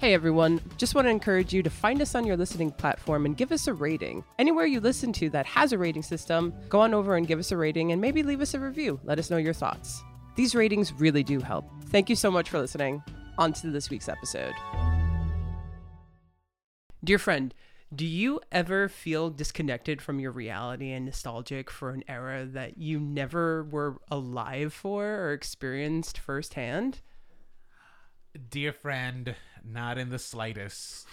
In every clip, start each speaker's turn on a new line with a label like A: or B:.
A: Hey everyone, just want to encourage you to find us on your listening platform and give us a rating. Anywhere you listen to that has a rating system, go on over and give us a rating and maybe leave us a review. Let us know your thoughts. These ratings really do help. Thank you so much for listening. On to this week's episode. Dear friend, do you ever feel disconnected from your reality and nostalgic for an era that you never were alive for or experienced firsthand?
B: Dear friend, not in the slightest.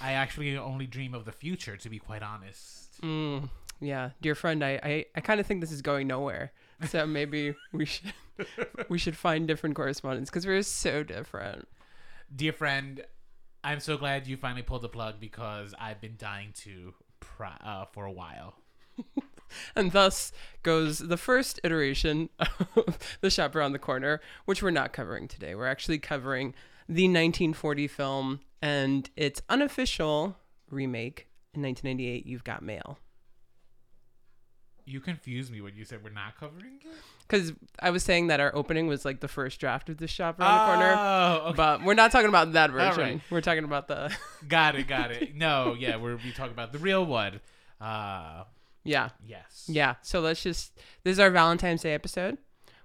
B: I actually only dream of the future, to be quite honest.
A: Mm, yeah, dear friend, I I, I kind of think this is going nowhere. So maybe we should we should find different correspondence because we're so different.
B: Dear friend, I'm so glad you finally pulled the plug because I've been dying to pri uh, for a while.
A: And thus goes the first iteration of the shop around the corner, which we're not covering today. We're actually covering the 1940 film and its unofficial remake in 1998. You've got mail.
B: You confused me when you said we're not covering it.
A: Because I was saying that our opening was like the first draft of the shop around the corner,
B: Oh, okay.
A: but we're not talking about that version.
B: right.
A: We're talking about the
B: got it, got it. No, yeah, we're we talking about the real one. Uh,
A: yeah.
B: yes.
A: Yeah. So let's just this is our Valentine's Day episode.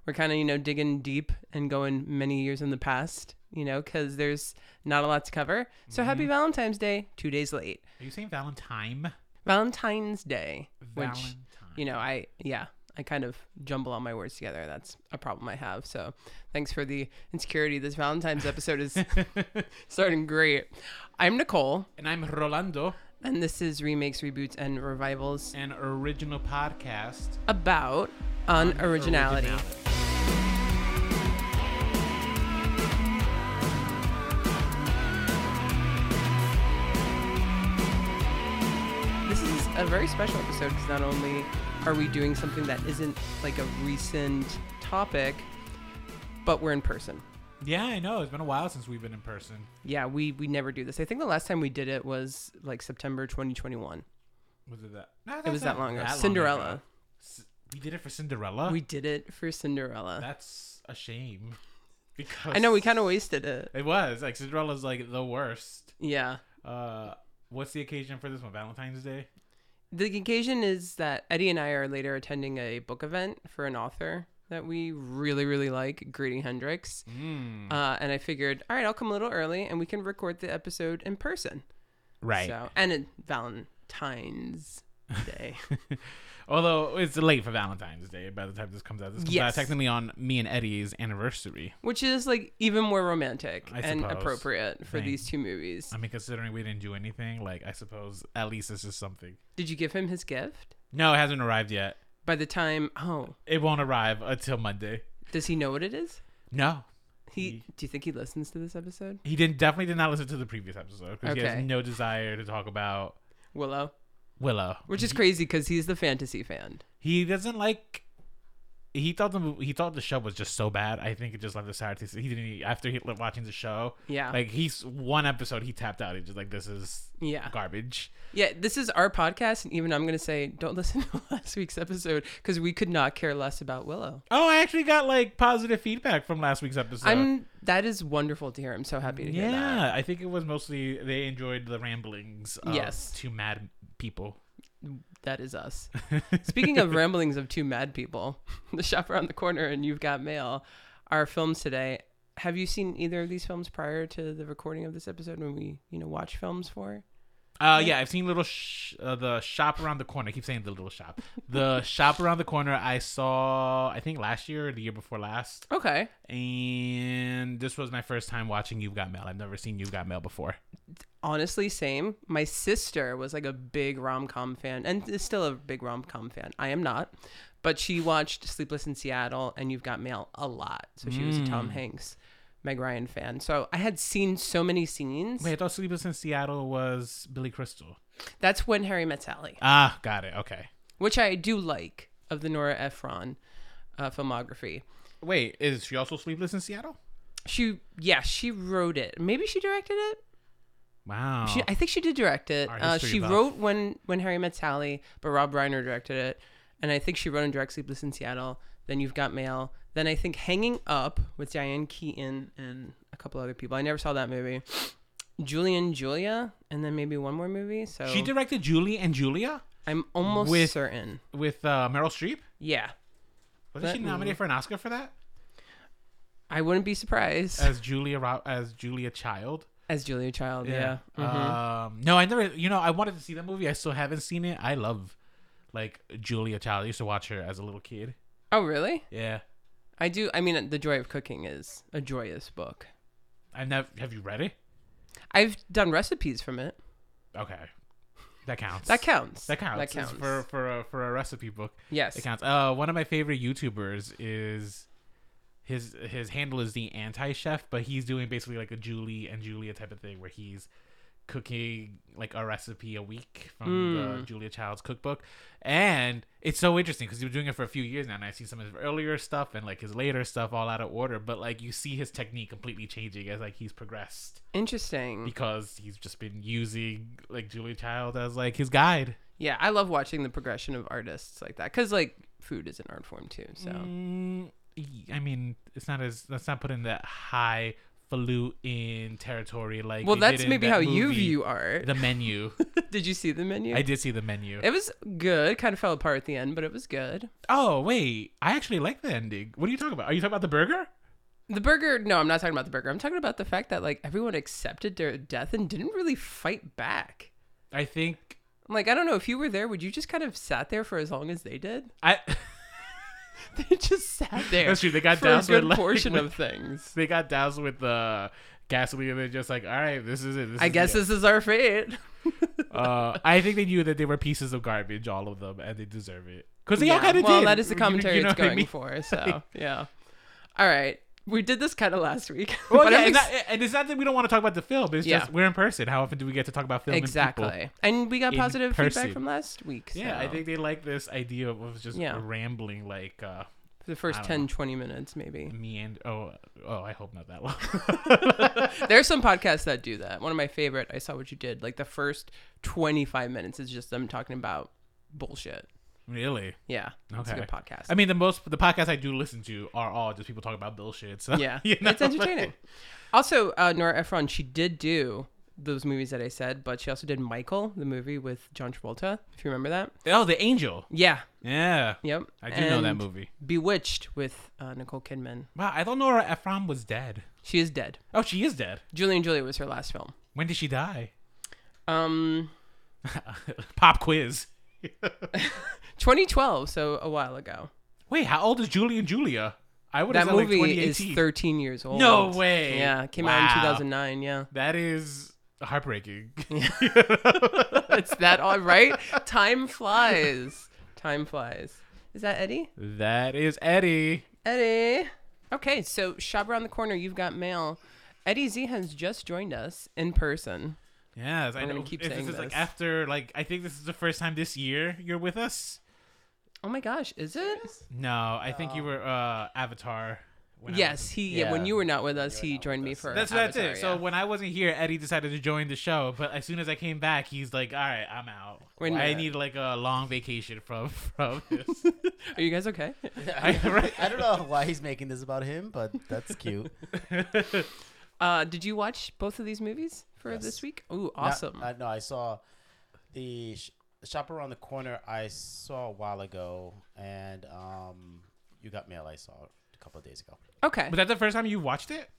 A: We're kind of you know digging deep and going many years in the past, you know, because there's not a lot to cover. So happy Valentine's Day, two days late.
B: Are you saying Valentine?
A: Valentine's Day, which
B: Valentine.
A: you know I yeah I kind of jumble all my words together. That's a problem I have. So thanks for the insecurity. This Valentine's episode is starting great. I'm Nicole,
B: and I'm Rolando,
A: and this is remakes, reboots, and revivals
B: an original podcast.
A: about unoriginality.
B: Originality.
A: This is a very special episode because not only are we doing something that isn't like a recent topic, but we're in person.
B: Yeah, I know. It's been a while since we've been in person.
A: Yeah, we we never do this. I think the last time we did it was like September 2021.
B: Was it that? No,
A: It
B: that's
A: was that
B: not
A: long ago. Cinderella.
B: ago. C- We did it for Cinderella.
A: We did it for Cinderella.
B: That's a shame. Because
A: I know we kind of wasted it.
B: It was like Cinderella's like the worst.
A: Yeah.
B: Uh, what's the occasion for this one? Valentine's Day.
A: The occasion is that Eddie and I are later attending a book event for an author that we really really like, Grady Hendrix.
B: Mm.
A: Uh, and I figured, all right, I'll come a little early and we can record the episode in person. So, and it, Valentine's Day.
B: Although it's late for Valentine's Day by the time this comes out. This comes
A: Yes.
B: out technically on me and Eddie's anniversary.
A: which is like even more romantic
B: I
A: and
B: suppose.
A: appropriate for
B: Thank-
A: these two movies.
B: I mean, considering we didn't do anything, like I suppose at least this is something.
A: Did you give him his gift?
B: No, it hasn't arrived yet.
A: By the time, oh,
B: It won't arrive until Monday.
A: does he know what it is?
B: No,
A: He,
B: He-
A: do you think he listens to this episode?
B: He didn't definitely did not listen to the previous episode because he
A: Okay.
B: has no desire to talk about
A: Willow,
B: Willow,
A: which is crazy because he's the fantasy fan.
B: he doesn't like. He thought the mov- he thought the show was just so bad. I think it just left his heart. He didn't e, after he watching the show.
A: Yeah.
B: like he's one episode he tapped out. He's just like, this is
A: Yeah.
B: garbage.
A: Yeah, this is our podcast, and even I'm going to say, don't listen to last week's episode because we could not care less about Willow.
B: Oh, I actually got like positive feedback from last week's episode.
A: I'm that is wonderful to hear. I'm so happy to hear that.
B: yeah, I think it was mostly they enjoyed the ramblings. Of
A: Yes.
B: two mad people.
A: That is us. Speaking of ramblings of two mad people, the shop around the corner and you've got mail. Our films today. Have you seen either of these films prior to the recording of this episode when we, you know, watch films for?
B: Uh, yeah, I've seen little sh- uh, the shop around the corner. I keep saying the little shop, the shop around the corner. I saw, I think last year or the year before last,
A: Okay.
B: and this was my first time watching You've Got Mail. I've never seen You've Got Mail before.
A: Honestly, same. My sister was like a big rom com fan and is still a big rom com fan. I am not. But she watched Sleepless in Seattle and You've Got Mail a lot. So she was a Tom Hanks, Meg Ryan fan. So I had seen so many scenes.
B: Wait, I thought Sleepless in Seattle was Billy Crystal.
A: That's when Harry Met Sally.
B: Ah, got it. Okay.
A: which I do like of the Nora Ephron uh, filmography.
B: Wait, is she also Sleepless in Seattle?
A: She, yeah, she wrote it. Maybe she directed it.
B: Wow.
A: She, I think she did direct it.
B: Our
A: Uh,
B: history
A: she
B: buff.
A: wrote when when Harry Met Sally, but Rob Reiner directed it, and I think she wrote and directed Sleepless in Seattle. Then You've Got Mail. Then I think Hanging Up with Diane Keaton and a couple other people. I never saw that movie. Julian Julia, and then maybe one more movie. So
B: She directed Julie and Julia
A: I'm almost
B: with-
A: certain.
B: with uh, Meryl Streep.
A: Yeah,
B: Wasn't she
A: That-
B: nominated for an Oscar for that
A: I wouldn't be surprised as,
B: as Julia Ro- as Julia Child?
A: Julia Child. Yeah, Mm-hmm.
B: Um, no, I never. You know, I wanted to see that movie. I still haven't seen it. I love like Julia Child. I used to watch her as a little kid.
A: Oh really?
B: Yeah.
A: I do. I mean, The Joy of Cooking is a joyous book.
B: I never. Have you read it?
A: I've done recipes from it.
B: Okay. That counts.
A: That counts.
B: That counts.
A: That
B: It's
A: counts.
B: for for a, for a recipe book.
A: yes.
B: It counts. Uh, one of my favorite YouTubers is his his handle is the anti chef, but he's doing basically like a Julie and Julia type of thing where he's cooking like a recipe a week from the Julia Child's cookbook, and it's so interesting because he was doing it for a few years now, and I've seen some of his earlier stuff and like his later stuff all out of order, but like you see his technique completely changing as like he's progressed
A: Interesting.
B: because he's just been using like Julia Child as like his guide.
A: Yeah, I love watching the progression of artists like that because like food is an art form too. So
B: Mm, y- I mean, it's not as that's not put in that high falutin territory. Like,
A: well,
B: they
A: that's
B: did in
A: maybe
B: that
A: how you
B: movie,
A: view art.
B: the menu.
A: Did you see the menu?
B: I did see the menu.
A: It was good. Kind of fell apart at the end, but it was good.
B: Oh wait, I actually like the ending. What are you talking about? Are you talking about the burger?
A: The burger. No, I'm not talking about the burger. I'm talking about the fact that like everyone accepted their death and didn't really fight back.
B: I think
A: I'm like, I don't know if you were there, would you just kind of sat there for as long as they did?
B: I.
A: They just sat there.
B: That's true. They got
A: for
B: down
A: a
B: to
A: good
B: it, like,
A: portion
B: with-
A: of things.
B: they got doused with the gasoline, and they're just like, "All right, this is it." This
A: I
B: is
A: guess
B: It.
A: this is our fate.
B: Uh, I think they knew that they were pieces of garbage, all of them, and they deserve it because they all
A: Yeah,
B: kind of
A: well,
B: did.
A: that is the
B: You- you
A: commentary
B: know
A: it's
B: what I
A: going
B: mean?
A: for. So yeah. All right, we did this kind of last week.
B: Well,
A: but
B: yeah,
A: I'm
B: and,
A: ex-
B: that- and it's not that we don't want to talk about the film. It's
A: Yeah.
B: just we're in person. How often do we get to talk about film? and people?
A: exactly. And we got
B: in
A: positive
B: person.
A: feedback from last week.
B: Yeah, I
A: so
B: think they like this idea of us just
A: Yeah.
B: rambling like uh,
A: for the
B: I
A: first
B: don't
A: 10,
B: know.
A: 20 minutes, maybe.
B: me and oh oh I hope not that long.
A: There's some podcasts that do that. One of my favorite, I saw what you did. Like the first 25 minutes is just them talking about bullshit.
B: really?
A: Yeah. It's a
B: Okay.
A: good podcast.
B: I mean, the most the podcasts I do listen to are all just people talking about bullshit. So
A: yeah.
B: you know,
A: It's entertaining. Also, uh, Nora Ephron, she did do those movies that I said, but she also did Michael, the movie with John Travolta, if you remember that.
B: oh, the angel.
A: Yeah.
B: Yeah,
A: Yep.
B: I do know that
A: And
B: movie.
A: Bewitched with uh, Nicole Kidman.
B: Wow, I thought Nora Ephron was dead.
A: She is dead.
B: Oh, she is dead.
A: Julie and Julia was her last film.
B: When did she die?
A: Um,
B: Pop quiz.
A: 2012, so a while ago.
B: Wait, how old is Julie and Julia? I would have
A: that
B: said
A: movie
B: like
A: is
B: 2018.
A: 13 years old.
B: No way.
A: Yeah, it came
B: Wow.
A: out in 2009. Yeah,
B: That is heartbreaking.
A: it's that all right. Time flies. Time flies. Is that Eddie?
B: that is Eddie.
A: Eddie. Okay, so shop around the corner. You've got mail. Eddie Z has just joined us in person.
B: Yes, I
A: I'm gonna
B: know.
A: keep
B: If
A: saying
B: this is like
A: this.
B: after like I think this is the first time this year you're with us.
A: Oh my gosh, is it?
B: No, I think you were uh Avatar. When I
A: Yes,
B: wasn't-
A: he. Yeah. when you were not with us, he joined me for.
B: That's that's
A: Avatar,
B: it. So
A: yeah.
B: when I wasn't here, Eddie decided to join the show. But as soon as I came back, he's like, "All right, I'm out.
A: Wait a
B: I
A: minute.
B: need like a long vacation from from this."
A: are you guys okay?
B: I- right.
C: I don't know why he's making this about him, but that's cute.
A: Uh, did you watch both of these movies for
C: Yes.
A: this week? Ooh,
C: uh, No,
A: awesome.
C: I know. I saw the sh- shop around the corner. I saw a while ago, and um, you got mail. I saw a couple of days ago.
A: okay.
B: Was that the first time you watched it?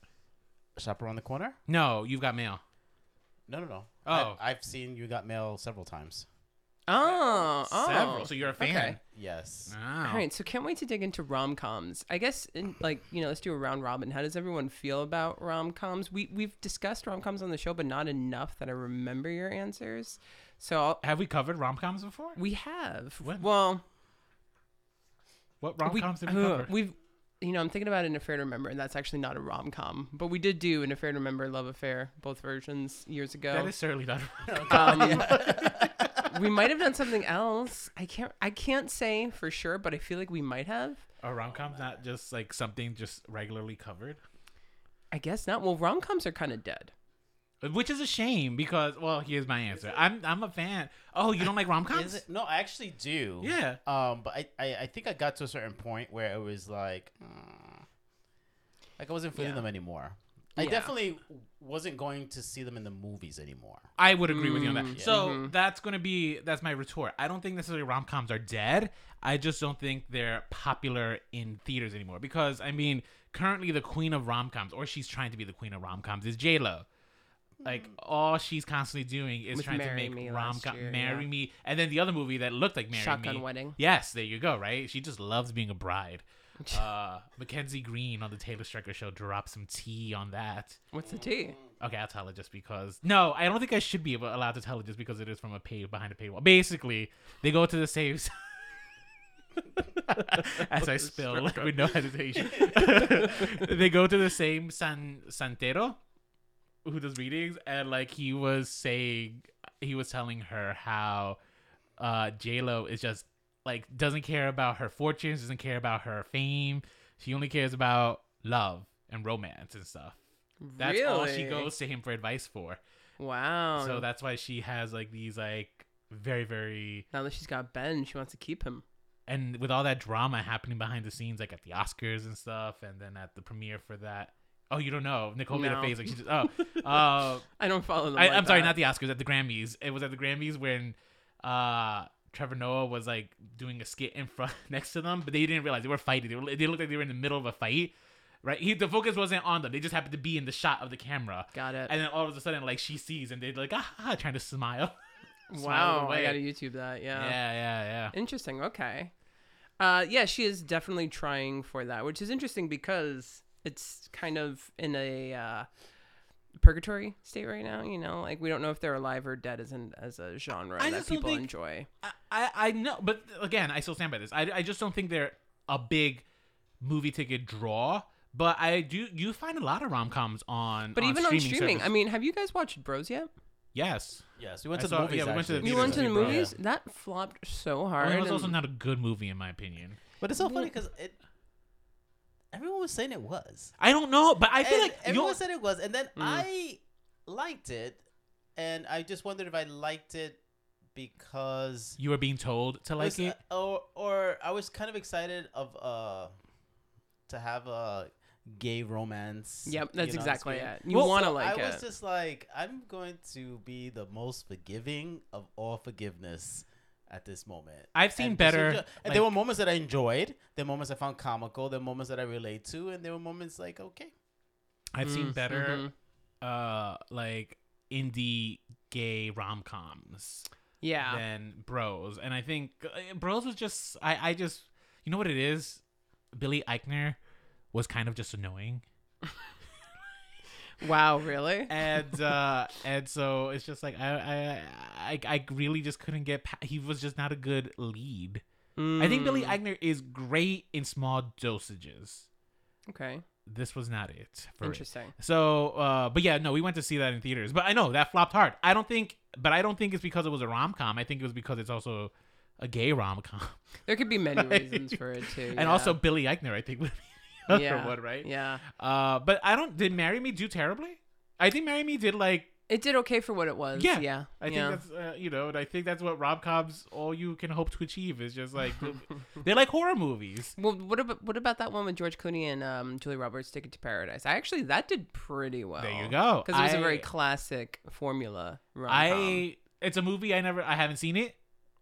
C: Shop around the corner?
B: No, you've got mail.
C: No, no, no.
B: Oh.
C: I, have seen you got mail several times.
A: Oh, oh.
B: Several. So you're a fan. Oh.
A: Okay.
C: Yes.
B: Wow.
A: All right, so can't wait to dig into rom coms. I guess, in, like you know, let's do a round robin. How does everyone feel about rom coms? We we've discussed rom coms on the show, but not enough that I remember your answers. So I'll,
B: Have we covered rom coms before?
A: we have.
B: When?
A: Well,
B: What rom
A: we,
B: coms did we
A: uh,
B: cover?
A: we've. You know, I'm thinking about an affair to remember, and that's actually not a rom com, but we did do an affair to remember, love affair, both versions years ago.
B: That is certainly not.
A: Um, we might have done something else. I can't. I can't say for sure, but I feel like we might have.
B: Are rom coms not just like something just regularly covered?
A: I guess not. Well, rom coms are kind of dead.
B: Which is a shame because well, here's my answer. I'm I'm a fan. Oh, you don't like rom
C: Is
B: coms?
C: it? No, I actually do.
B: Yeah.
C: Um, but I, I, I think I got to a certain point where it was like, mm, Like I wasn't feeling
A: Yeah.
C: them anymore. I
A: Yeah.
C: definitely wasn't going to see them in the movies anymore.
B: I would agree with you on
A: Mm,
B: that.
C: yeah.
B: So that's going to be that's my retort. I don't think necessarily rom coms are dead. I just don't think they're popular in theaters anymore because I mean, currently the queen of rom coms, or she's trying to be the queen of rom coms, is J Lo. Like all she's constantly doing is
A: Hmm. With
B: trying
A: Marry
B: to
A: Me
B: make rom
A: last
B: com
A: year,
B: marry
A: yeah.
B: me, and then the other movie that looked like marry
A: Shotgun
B: me.
A: Wedding.
B: Yes, there you go. Right, she just loves being a bride. uh, Mackenzie Green on the Taylor Strecker show dropped some tea on that.
A: What's the tea?
B: Okay, I'll tell it just because. No, I don't think I should be able- allowed to tell it just because it is from a pay behind a paywall. Basically, they go to the safe. As I spill with no hesitation, they go to the same San Santero, who does readings, and like he was saying, he was telling her how uh J Lo is just like doesn't care about her fortunes, doesn't care about her fame. She only cares about love and romance and stuff. That's all she
A: Really? Oh,
B: goes to him for advice for.
A: Wow.
B: so that's why she has like these like very very
A: now that she's got Ben, she wants to keep him.
B: and with all that drama happening behind the scenes like at the Oscars and stuff and then at the premiere for that. Oh, you don't know. Nicole made a
A: No.
B: face like she just oh. uh,
A: I don't follow them.
B: I,
A: like
B: I'm sorry,
A: that.
B: not the Oscars, at the Grammys. It was at the Grammys when uh Trevor Noah was like doing a skit in front next to them, but they didn't realize they were fighting. They, were, they looked like they were in the middle of a fight, right? He, the focus wasn't on them. They just happened to be in the shot of the camera.
A: Got it.
B: And then all of a sudden, like she sees, and they're like, ah, ah," trying to smile. smile
A: wow. I
B: away.
A: gotta YouTube that.
B: Yeah, yeah, yeah.
A: Interesting. Okay. Uh, yeah, she is definitely trying for that, which is interesting because it's kind of in a uh, purgatory state right now. You know, like we don't know if they're alive or dead as an as a genre
B: I
A: that
B: just don't
A: people
B: think-
A: enjoy.
B: I, I, I know, but again, I still stand by this. I, I just don't think they're a big movie ticket draw. But I do. You find a lot of rom coms on,
A: But even on streaming,
B: service.
A: I mean, have you guys watched Bros yet?
B: yes,
C: Yes, we went
B: I
C: to the
B: saw-
C: movies.
B: yeah, we went to the
C: actually.
A: You
B: Neither
A: went
B: has
A: to the
B: we, bro.
A: movies. That flopped so hard.
B: Well, Oh, it was also
A: and-
B: not a good movie in my opinion.
C: But it's so funny because it. Everyone was saying it was.
B: I don't know, but I feel
C: And
B: like
C: everyone
B: you're,
C: said it was, and then I liked it, and I just wondered if I liked it because
B: you were being told to like
C: was,
A: uh,
B: it.
C: or or I was kind of excited of uh to have a gay romance.
A: Yep,
C: you
A: that's
C: know, on
A: exactly
C: screen.
A: it. You
B: Well,
A: want to
C: So
A: like
C: I
A: it.
C: was just like, I'm going to be the most forgiving of all forgiveness at this moment.
B: I've seen
C: And this
B: better,
C: was ju- and there were
B: like-
C: moments that I enjoyed. There were moments I found comical. There were moments that I relate to, and there were moments like, okay,
B: I've seen
A: Mm,
B: better,
A: mhm.
B: uh, like indie gay rom coms
A: Yeah.
B: than Bros, and I think uh, Bros was just I I just you know what it is, Billy Eichner was kind of just annoying,
A: Wow. Really?
B: and uh and so it's just like I I I, I really just couldn't get pa- he was just not a good lead. I think Billy
A: Mm,
B: Eichner is great in small dosages.
A: Okay.
B: This was not it. For it.
A: Interesting.
B: So, uh, but yeah, no, we went to see that in theaters. But I know that flopped hard. I don't think, but I don't think it's because it was a rom com. I think it was because it's also a gay rom com,
A: There could be many reasons for it too.
B: and
A: yeah.
B: also Billy Eichner. I think would be the other
A: Yeah.
B: one, right?
A: Yeah.
B: Uh, but I don't. Did Marry Me do terribly? I think Marry Me did like.
A: It did okay for what it was. Yeah.
B: Yeah,
A: Yeah.
B: I think that's uh, you know, and I think that's what rom coms all you can hope to achieve is just like they're like horror movies.
A: well, what about what about that one with George Clooney and um, Julie Roberts, Ticket to Paradise? I actually that did pretty well.
B: There you go.
A: Because Oh. it was a
B: I-
A: very classic formula. rom-com.
B: I it's a movie I never I haven't seen it.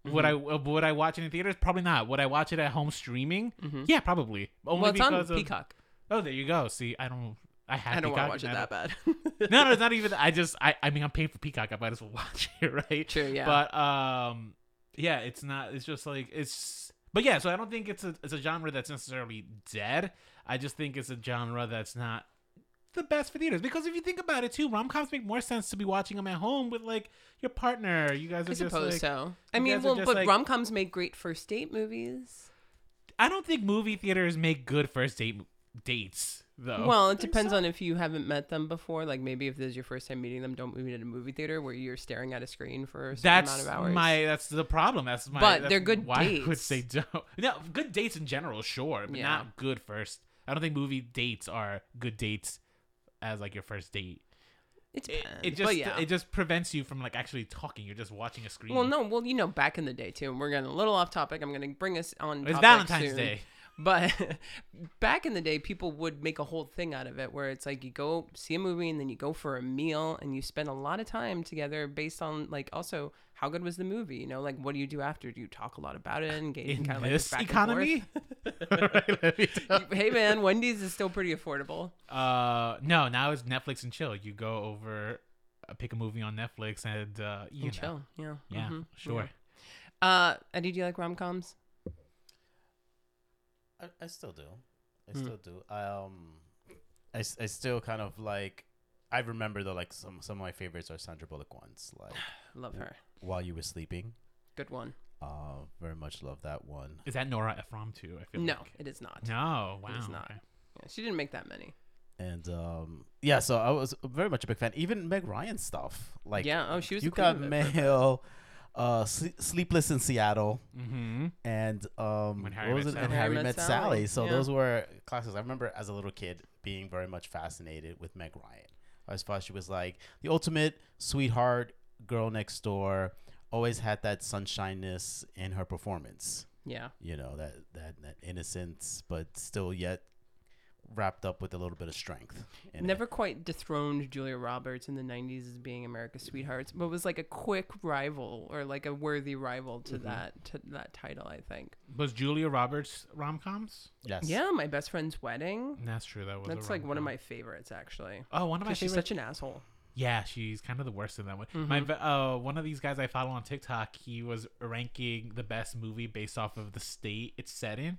B: Would I
A: Mm-hmm.
B: uh, would I watch it in theaters? Probably not. Would I watch it at home streaming? Yeah, probably. Only
A: Mm-hmm. well, it's on
B: because of-
A: Peacock.
B: Oh, there you go. See, I don't. I have.
A: I don't
B: Peacock.
A: want to watch it
B: and I
A: that bad.
B: don't- No, no, it's not even. I just. I. I mean, I'm paying for Peacock. I might as well watch it, right?
A: True, yeah.
B: But um, yeah, it's not. It's just like it's. But yeah, so I don't think it's a it's a genre that's necessarily dead. I just think it's a genre that's not the best for theaters because if you think about it too, rom coms make more sense to be watching them at home with like your partner. You guys are
A: I
B: just
A: suppose
B: like,
A: so. I
B: you
A: mean,
B: guys are
A: well,
B: just
A: but
B: like-
A: rom coms make great first date movies.
B: I don't think movie theaters make good first date dates though.
A: well, it depends on if you haven't met them before. Like maybe if this is your first time meeting them, don't meet at a movie theater where you're staring at a screen for a certain amount
B: That's
A: of hours.
B: my. That's the problem. That's my.
A: But
B: that's
A: they're good
B: why I would
A: dates.
B: say don't. No, good dates in general, sure, but
A: Yeah.
B: not good first. I don't think movie dates are good dates as like your first date.
A: It
B: It,
A: depends.
B: it just
A: Eh, but yeah.
B: it just prevents you from like actually talking. You're just watching a screen.
A: well, no, well, you know, back in the day too. and We're getting a little off topic. I'm going to bring us on.
B: it's
A: topic
B: Valentine's
A: soon.
B: Day.
A: But back in the day, people would make a whole thing out of it where it's like you go see a movie and then you go for a meal and you spend a lot of time together based on like also how good was the movie? You know, like what do you do after? Do you talk a lot about it and engage
B: in
A: kind of like this
B: this
A: back and
B: economy. Right, let me tell
A: forth? hey man, Wendy's is still pretty affordable.
B: Uh, no, now it's Netflix and chill. You go over, uh, pick a movie on Netflix, and uh, you know.
A: Chill, yeah,
B: Yeah,
A: mhm,
B: sure.
A: yeah. Uh, Eddie, do you like rom coms?
C: I, I still do. I
A: Hmm.
C: still do. Um, I, s- I still kind of like. I remember though, like some some of my favorites are Sandra Bullock ones, like
A: Love her.
C: While You Were Sleeping.
A: Good one.
C: Uh, very much love that one.
B: Is that Nora Ephron too? I feel
A: No,
B: like.
A: it is not.
B: No, Oh, wow.
A: It is not.
B: okay.
A: Yeah, she didn't make that many.
C: And um, yeah, so I was very much a big fan. Even Meg Ryan stuff, like
A: Yeah, oh, she was
C: You
A: the queen
C: Got
A: of it.
C: Mail, uh, Sle- Sleepless in Seattle,
B: Mhm.
C: and um,
B: When
C: what
B: Harry
C: was
B: Met
C: it? And
B: Sally.
C: Harry
A: Harry
C: Met,
A: Met
C: Sally.
A: Sally,
C: So
A: yeah.
C: those were classes. I remember as a little kid being very much fascinated with Meg Ryan. I always thought she was like the ultimate sweetheart girl next door. Always had that sunshineness in her performance.
A: Yeah.
C: You know that that that innocence, but still yet wrapped up with a little bit of strength. in it.
A: Never quite dethroned Julia Roberts in the 90s as being America's Sweethearts, but was like a quick rival or like a worthy rival
C: Mm-hmm.
A: to that to that title, I think.
B: Was Julia Roberts rom coms?
C: Yes.
A: Yeah, my best friend's wedding.
B: That's true. That was. a
A: That's like one of my
B: rom-com.
A: favorites actually.
B: Oh, one of my
A: 'Cause she's
B: favorites.
A: such an asshole.
B: Yeah, she's kind of the worst in that one.
A: Mm-hmm.
B: My ve- uh, one of these guys I follow on TikTok, he was ranking the best movie based off of the state it's set in.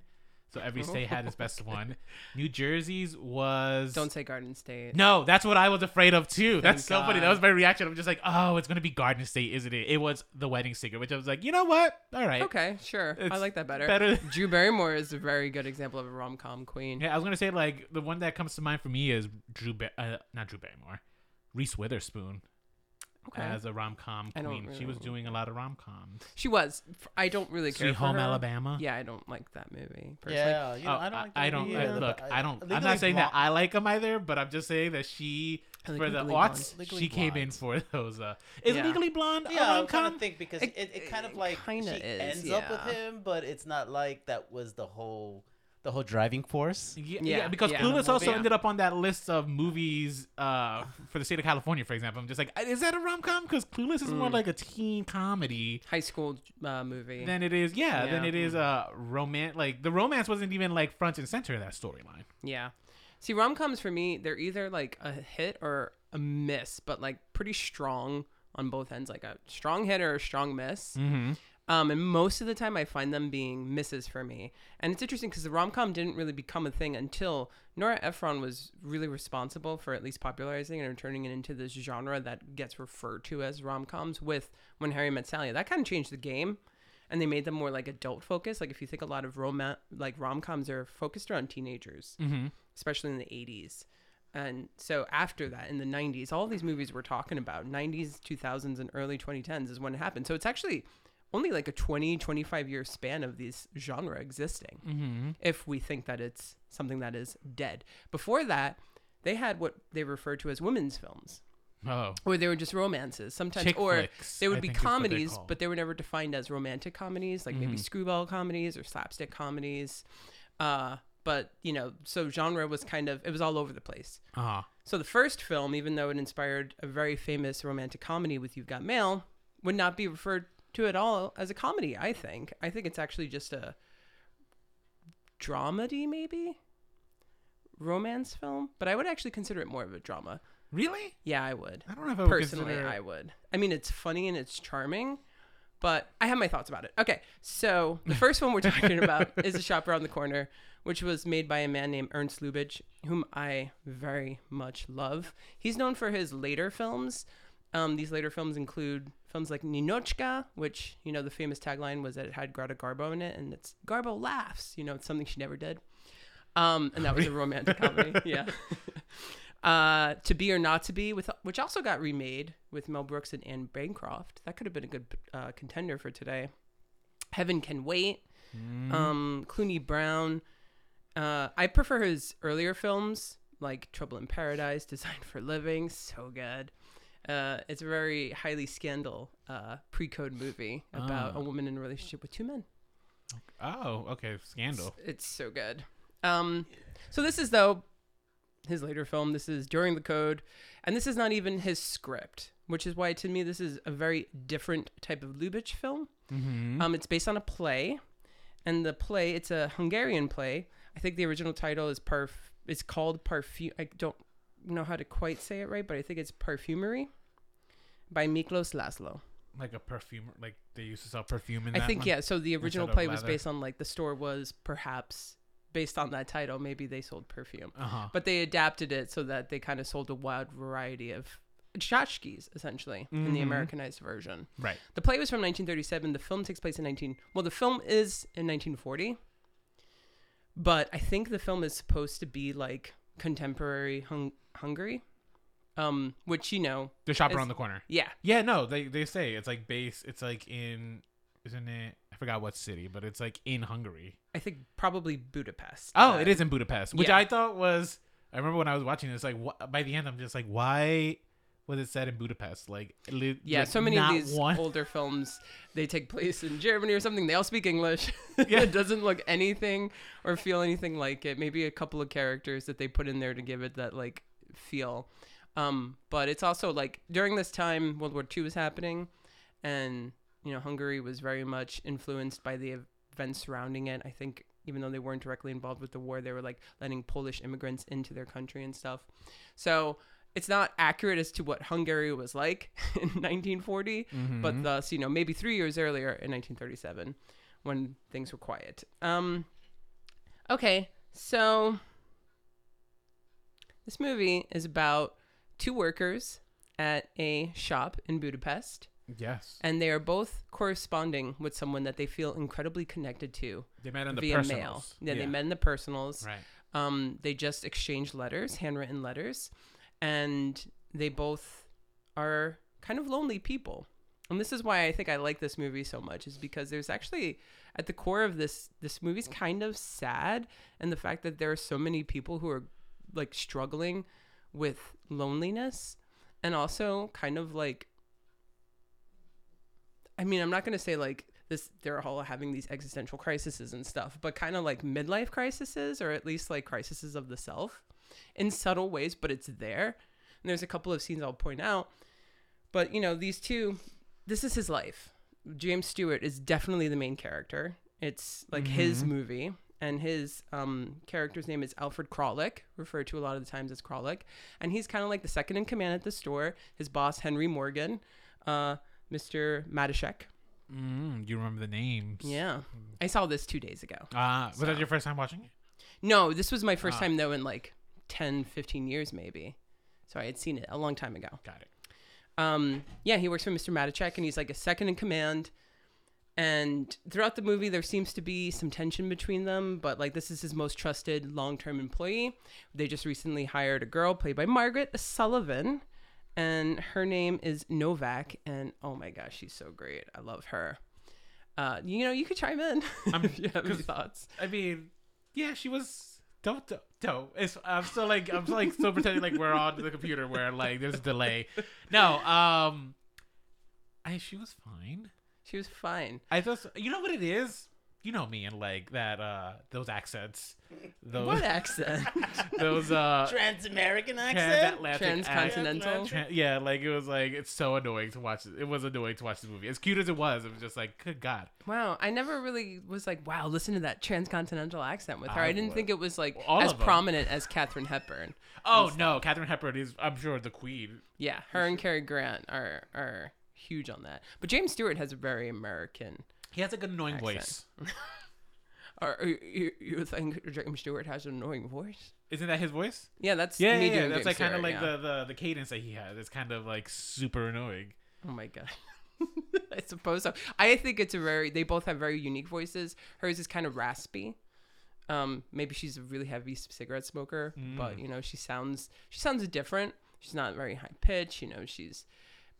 B: So every state had its best one. New Jersey's was
A: Don't say Garden State.
B: no, that's what I was afraid of too. That's so funny. That
A: God.
B: was my reaction. I'm just like, oh, it's gonna be Garden State, isn't it? It was The Wedding Singer, which I was like, you know what? All right.
A: Okay, sure. I
B: It's
A: like that better.
B: better-
A: Drew Barrymore is a very good example of a rom com queen.
B: Yeah, I was gonna say like the one that comes to mind for me is Drew, ba- uh, not Drew Barrymore, Reese Witherspoon
A: Okay.
B: as a rom com
A: I don't
B: queen. She was
A: really-
B: doing a lot of rom coms.
A: She was. F- I don't really care.
B: Sweet
A: for
B: Home
A: her.
B: Alabama.
A: Yeah, I don't like that movie. Personally.
C: Yeah, you know,
B: Oh,
C: I don't. like
B: I,
C: that
B: don't
C: either,
B: I-
C: but
B: look. I don't. I, am
C: Legally
B: not saying that
C: Blonde-
B: I like them either, but I'm just saying that she
A: I like
B: for the
A: Legally
B: aughts
C: Blonde.
B: she
C: Legally
B: came in
C: Blonde.
B: for those. Uh, is
A: Yeah.
B: Legally Blonde?
C: Yeah,
B: a
C: I'm kind
B: rom-com?
C: of think because
A: It-
C: it, it, kind
A: it
C: of like
A: kinda
C: she
A: is,
C: ends up
A: yeah.
C: with him, but it's not like that was the whole the whole driving force.
B: Yeah,
A: Yeah,
B: yeah, because
A: yeah.
B: Clueless
A: Yeah.
B: also ended up on that list of movies uh, for the state of California, for example. I'm just like, is that a rom com? Because Clueless is more like a teen comedy
A: High school uh, movie.
B: than it is, yeah, than
A: Yeah.
B: it is uh, romance. Like the romance wasn't even like front and center in that storyline.
A: Yeah. See, rom coms for me, they're either like a hit or a miss, but like pretty strong on both ends, like a strong hit or a strong miss.
B: Mm-hmm.
A: Um, and most of the time, I find them being misses for me. And it's interesting because the rom com didn't really become a thing until Nora Ephron was really responsible for at least popularizing and turning it into this genre that gets referred to as rom coms with When Harry Met Sally. That kind of changed the game. And they made them more like adult focused. Like if you think a lot of romance, like rom coms are focused around teenagers
B: Mm-hmm.
A: especially in the 80s. And so after that, in the 90s, all these movies we're talking about, 90s, 2000s, and early 2010s is when it happened. So it's actually only like a 20, 25 year span of these genre existing,
B: Mm-hmm.
A: if we think that it's something that is dead. Before that, they had what they referred to as women's films,
B: Oh,
A: or they were just romances sometimes,
B: Chick
A: or
B: flicks,
A: they would
B: I
A: be
B: think is what they're
A: comedies,
B: called.
A: but they were never defined as romantic comedies, like
B: Mm-hmm.
A: maybe screwball comedies or slapstick comedies. Uh, but you know, so genre was kind of it was all over the place.
B: uh-huh.
A: So the first film, even though it inspired a very famous romantic comedy with You've Got Mail, would not be referred to at all as a comedy. I think. I think it's actually just a dramedy, maybe romance film. But I would actually consider it more of a drama.
B: really?
A: Yeah, I would
B: I don't know if I would
A: personally
B: consider-
A: i would i mean it's funny and it's charming but i have my thoughts about it okay so the first one we're talking about is a shop around the corner which was made by a man named ernst lubitsch whom i very much love he's known for his later films um, these later films include films like Ninochka, which, you know, the famous tagline was that it had Greta Garbo in it, and it's Garbo laughs. You know, it's something she never did. Um, and that was a romantic comedy. Yeah. uh, to Be or Not to Be, with which also got remade with Mel Brooks and Anne Bancroft. That could have been a good uh, contender for today. Heaven Can Wait, um, Clooney Brown. Uh, I prefer his earlier films like Trouble in Paradise, Designed for Living, so good. Uh, it's a very highly scandal uh, pre-code movie about
B: Ah.
A: a woman in a relationship with two men.
B: Oh, okay. Scandal.
A: It's so good. Um, so this is though his later film. This is during the code, and this is not even his script, which is why to me this is a very different type of Lubitsch film.
B: Mm-hmm.
A: Um, it's based on a play, and the play it's a Hungarian play. I think the original title is Parf. It's called Parfum. I don't know how to quite say it right, but I think it's Perfumery by Miklos Laszlo.
B: Like a perfume. Like they used to sell perfume in
A: I
B: that
A: think
B: one?
A: yeah. So the original
B: Instead of
A: play was
B: leather.
A: based on like the store was perhaps based on that title. Maybe they sold perfume,
B: Uh-huh.
A: but they adapted it so that they kind of sold a wide variety of tchotchkes, essentially in the
B: Mhm.
A: Americanized version.
B: Right.
A: The play was from 1937. The film takes place in 19. Well, the film is in 1940, but I think the film is supposed to be like contemporary hung- Hungary, um, which you know,
B: The shop
A: It's-
B: around the corner.
A: yeah,
B: Yeah, no, they they say it's like base. It's like in isn't it? I forgot what city, but it's like in Hungary.
A: I think probably Budapest.
B: Oh,
A: Uh,
B: it is in Budapest, which
A: yeah.
B: I thought was. I remember when I was watching this, like what, by the end, I'm just like, why was it set in Budapest? Like, li-
A: Yeah,
B: like,
A: so many of
B: not
A: these
B: one-
A: older films they take place in Germany or something. They all speak English.
B: Yeah.
A: it doesn't look anything or feel anything like it. Maybe a couple of characters that they put in there to give it that like feel. Um, but it's also like during this time World War II was happening, and you know Hungary was very much influenced by the events surrounding it. I think even though they weren't directly involved with the war, they were like letting Polish immigrants into their country and stuff. So it's not accurate as to what Hungary was like in 1940,
B: Mm-hmm.
A: but thus, you know, maybe three years earlier in 1937 when things were quiet. Um, okay, so this movie is about two workers at a shop in Budapest,
B: yes,
A: and they are both corresponding with someone that they feel incredibly connected to
B: they met on the
A: via
B: personals.
A: mail. Yeah, they met in the personals.
B: Right.
A: Um, they just exchange letters, handwritten letters, and they both are kind of lonely people. And this is why I think I like this movie so much is because there's actually at the core of this this movie's kind of sad and the fact that there are so many people who are like struggling with loneliness and also kind of like I mean, I'm not going to say like this they're all having these existential crises and stuff, but kind of like midlife crises or at least like crises of the self in subtle ways, but it's there. And there's a couple of scenes I'll point out. But, you know, these two this is his life. James Stewart is definitely the main character. It's like his
B: Mhm.
A: movie and his um, character's name is Alfred Kralik, referred to a lot of the times as Kralik, and he's kind of like the second in command at the store. His boss Henry Morgan, uh, Mr. Matashek.
B: Mm, you remember the names?
A: Yeah. I saw this two days ago.
B: Ah, was
A: So-
B: that your first time watching it?
A: No, this was my first
B: Ah.
A: time, though, in like 10, 15 years, maybe. So I had seen it a long time ago.
B: Got it.
A: Um, yeah, he works for Mr. Matichek, and he's like a second in command. And throughout the movie, there seems to be some tension between them, but like this is his most trusted long term employee. They just recently hired a girl played by Margaret Sullivan, and her name is Novak. And oh my gosh, she's so great. I love her. Uh, you know, you could chime in
B: I'm-
A: if you have any
B: 'cause-
A: thoughts.
B: I mean, yeah, she was dope, dope, dope. It's, I'm still like, I'm like still pretending like we're on the computer where like there's a delay. No, um, I she was fine.
A: She was fine.
B: I just, you know what it is? You know me and like that, uh, those accents, those,
A: What accent?
B: those, uh,
C: Trans American accent.
B: transatlantic accents.
A: Transcontinental.
B: Tran- yeah, like it was like it's so annoying to watch. It was annoying to watch this movie. As cute as it was, it was just like, good god.
A: Wow, I never really was like, wow, listen to that transcontinental accent with her. I,
B: I
A: didn't
B: would.
A: think it was like
B: All
A: as
B: of 'em.
A: prominent as Katherine Hepburn.
B: Oh no, Catherine Hepburn is, I'm sure, the queen.
A: Yeah, her and Cary Grant are are huge on that. But James Stewart has a very American.
B: He has like an annoying
A: Accent.
B: voice.
A: Or or you, you think James Stewart has an annoying voice?
B: Isn't that his voice?
A: Yeah, that's
B: Yeah,
A: me
B: yeah, yeah.
A: doing
B: that's
A: James
B: like kind of
A: Stewart,
B: like
A: yeah.
B: the, the the cadence that he has. It's kind of like super annoying.
A: Oh my god. I suppose so. I think it's a very they both have very unique voices. Hers is kind of raspy. Um maybe she's a really heavy c- cigarette smoker, but you know, she sounds she sounds different. She's not very high pitch, you know, she's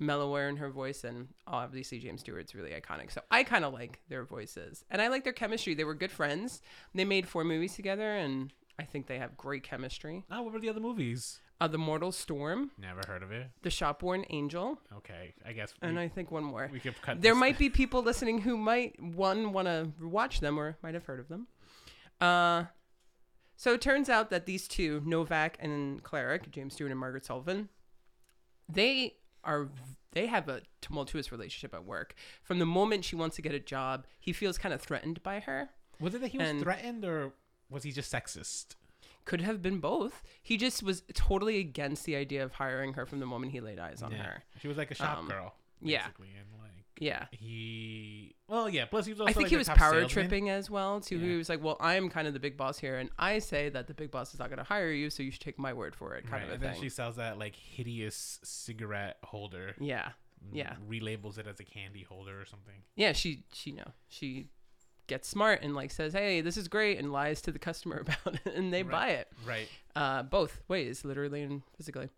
A: mellower in her voice and obviously James Stewart's really iconic. So I kind of like their voices. And I like their chemistry. They were good friends. They made four movies together and I think they have great chemistry.
B: Oh, what were the other movies?
A: uh, The Mortal Storm,
B: Never heard of it.
A: The Shopworn Angel,
B: Okay, I guess we,
A: and I think one more.
B: we could cut.
A: There
B: this-
A: might be people listening who might one want to watch them or might have heard of them. Uh, so it turns out that these two, Novak and Cleric, James Stewart and Margaret Sullivan, they are they have a tumultuous relationship at work. From the moment she wants to get a job, he feels kind of threatened by her.
B: was it that he was
A: and-
B: threatened or was he just sexist?
A: Could have been both. He just was totally against the idea of hiring her from the moment he laid eyes on her.
B: She was like a shop
A: Um,
B: girl.
A: yeah.
B: Basically, and like
A: Yeah.
B: he. Well, yeah. Plus he was. Also
A: I think
B: like,
A: he
B: a
A: was
B: top
A: power
B: salesman.
A: tripping as well. Too, he
B: Yeah.
A: was like, "Well, I am kind of the big boss here, and I say that the big boss is not going to hire you, so you should take my word for it," kind
B: Right,
A: of a
B: and then
A: thing.
B: she sells that like hideous cigarette holder.
A: Yeah,
B: and
A: yeah.
B: Relabels it as a candy holder or something.
A: yeah. She, she, you know, she gets smart and like says, "Hey, this is great," and lies to the customer about it, and they
B: Right.
A: buy it.
B: Right.
A: Uh, both ways, literally and physically.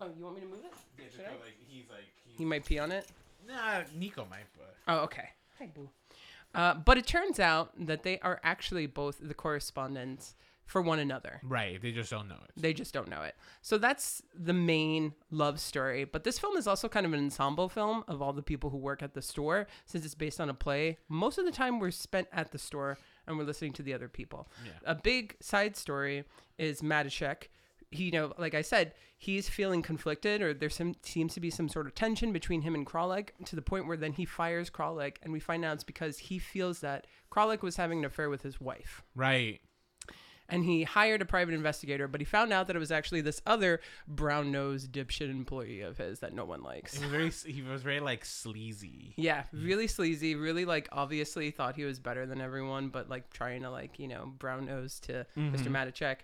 A: Oh, you want me to move it? Should I?
B: like he's like.
A: He might pee on it.
B: Nah, Nico might, but
A: Oh, okay. Hi, boo. Uh, but it turns out that they are actually both the correspondents for one another.
B: right. They just don't know it.
A: They just don't know it. So that's the main love story. But this film is also kind of an ensemble film of all the people who work at the store. Since it's based on a play, most of the time we're spent at the store and we're listening to the other people.
B: Yeah.
A: A big side story is Matashek. He, you know, like I said, he's feeling conflicted, or there some, seems to be some sort of tension between him and Kralik to the point where then he fires Kralik, and we find out it's because he feels that Kralik was having an affair with his wife
B: Right.
A: and he hired a private investigator, but he found out that it was actually this other brown nosed dipshit employee of his that no one likes.
B: He was very. s- He was very like sleazy.
A: Yeah, really sleazy, really like obviously thought he was better than everyone, but like trying to like, you know, brown nose to Mr. Matichek.